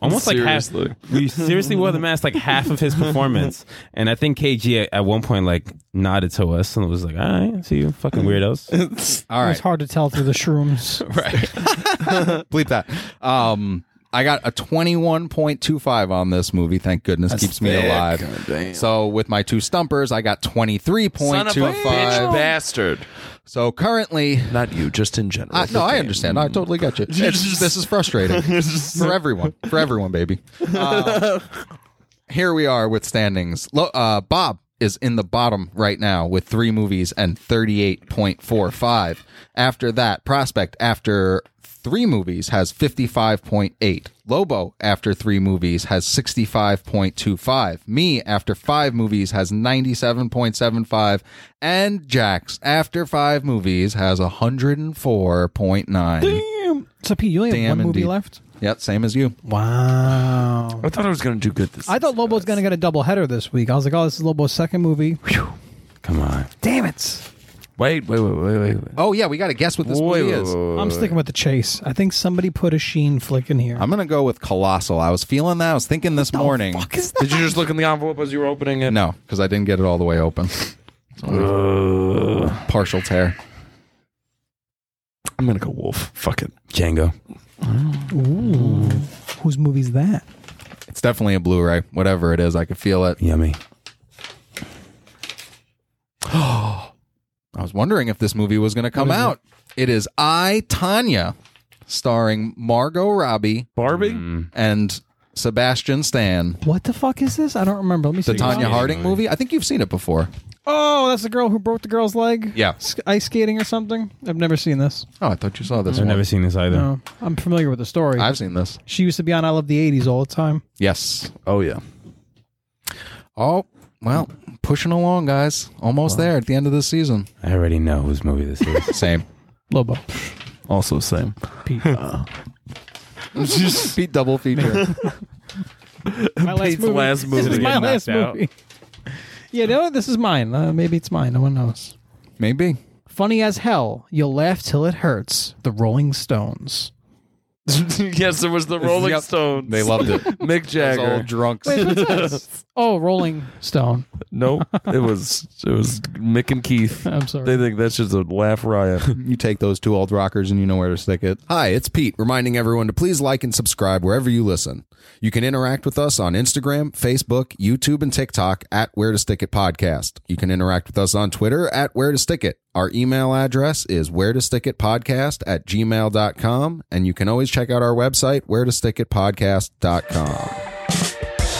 Speaker 4: Almost like
Speaker 2: Seriously.
Speaker 4: half, we seriously wore the mask like half of his performance. And I think KG at, at one point like nodded to us and was like, all right, I see you fucking weirdos.
Speaker 1: All
Speaker 3: It
Speaker 1: right,
Speaker 3: was hard to tell through the shrooms.
Speaker 1: bleep that. Um, I got a 21.25 on this movie. Thank goodness keeps me
Speaker 2: thick.
Speaker 1: alive.
Speaker 2: God damn.
Speaker 1: So with my two stumpers, I got 23.25.
Speaker 2: bastard.
Speaker 1: So currently,
Speaker 2: Not you, just in general.
Speaker 1: I, no, I understand. I totally get you. It's, this is frustrating for everyone. For everyone, baby. Uh, here we are with standings. Lo, uh, Bob is in the bottom right now with three movies and 38.45. After that, Prospect, after three movies, has 55.8. Lobo, after three movies, has 65.25. Me, after five movies, has 97.75. And Jax, after five movies, has 104.9.
Speaker 3: so, Pete, you only have
Speaker 1: Damn,
Speaker 3: one movie
Speaker 1: indeed.
Speaker 3: left?
Speaker 1: Yep, same as you.
Speaker 3: Wow.
Speaker 2: I thought I was going to do good this.
Speaker 3: I thought Lobo's going to get a double header this week. I was like, oh, this is Lobo's second movie. Whew.
Speaker 4: Come on.
Speaker 3: Damn it.
Speaker 2: wait, wait, wait, wait, wait, wait.
Speaker 1: Oh yeah, we got to guess what this
Speaker 2: Wait,
Speaker 1: movie
Speaker 2: wait,
Speaker 1: is.
Speaker 2: wait, wait,
Speaker 3: I'm
Speaker 2: wait.
Speaker 3: sticking with the chase. I think somebody put a Sheen flick in here.
Speaker 1: I'm gonna go with Colossal. I was feeling that. I was thinking this morning.
Speaker 3: Fuck is that?
Speaker 2: Did you just look in the envelope as you were opening it?
Speaker 1: No, because I didn't get it all the way open.
Speaker 2: Uh,
Speaker 1: Partial tear.
Speaker 2: I'm going to go wolf. Fuck it.
Speaker 4: Django.
Speaker 3: Ooh. Whose movie's that?
Speaker 1: It's definitely a Blu-ray. Whatever it is, I could feel it.
Speaker 4: Yummy.
Speaker 1: I was wondering if this movie was going to come out. It is I Tanya, starring Margot Robbie
Speaker 2: Barbie?
Speaker 1: Mm. and Sebastian Stan.
Speaker 3: What the fuck is this? I don't remember. Let me see.
Speaker 1: The Tanya
Speaker 4: Robbie
Speaker 1: Harding movie. I think you've seen it before.
Speaker 3: Oh, that's the girl who broke the girl's leg.
Speaker 1: Yeah.
Speaker 3: S- ice skating or something. I've never seen this.
Speaker 1: Oh, I thought you saw this
Speaker 4: I've
Speaker 1: one.
Speaker 4: never seen this either.
Speaker 3: No, I'm familiar with the story.
Speaker 1: I've seen this.
Speaker 3: she used to be on I Love the '80s all the time.
Speaker 1: Yes.
Speaker 2: Oh yeah.
Speaker 1: Oh, well, pushing along, guys. Almost there at the end of this season.
Speaker 4: I already know whose movie this is.
Speaker 1: Same.
Speaker 3: Lobo.
Speaker 2: Also same.
Speaker 3: Pete.
Speaker 1: Just Pete double feature.
Speaker 3: my last
Speaker 2: Pete's
Speaker 3: movie.
Speaker 2: last movie.
Speaker 3: This is my
Speaker 4: Getting
Speaker 3: last
Speaker 4: knocked out.
Speaker 3: movie. Yeah, no, this is mine. Uh, maybe it's mine. No one knows.
Speaker 1: Maybe.
Speaker 3: Funny as hell. You'll laugh till it hurts. The Rolling Stones.
Speaker 2: yes, there was the Rolling
Speaker 1: Yep.
Speaker 2: Stones.
Speaker 1: They loved it.
Speaker 2: Mick
Speaker 1: Those
Speaker 2: Jagger.
Speaker 1: old drunks.
Speaker 3: Wait, what's this? Oh, Rolling Stone.
Speaker 2: nope. It was it was Mick and Keith.
Speaker 3: I'm
Speaker 2: They
Speaker 3: sorry.
Speaker 2: think that's just a laugh riot.
Speaker 1: You take those two old rockers and you know where to stick it. Hi, it's Pete, reminding everyone to please like and subscribe wherever you listen. You can interact with us on Instagram, Facebook, YouTube, and TikTok at Where to Stick It Podcast. You can interact with us on Twitter at Where to Stick It. Our email address is where to stick it podcast at gmail.com. And you can always check out our website, where to stick it podcast.com.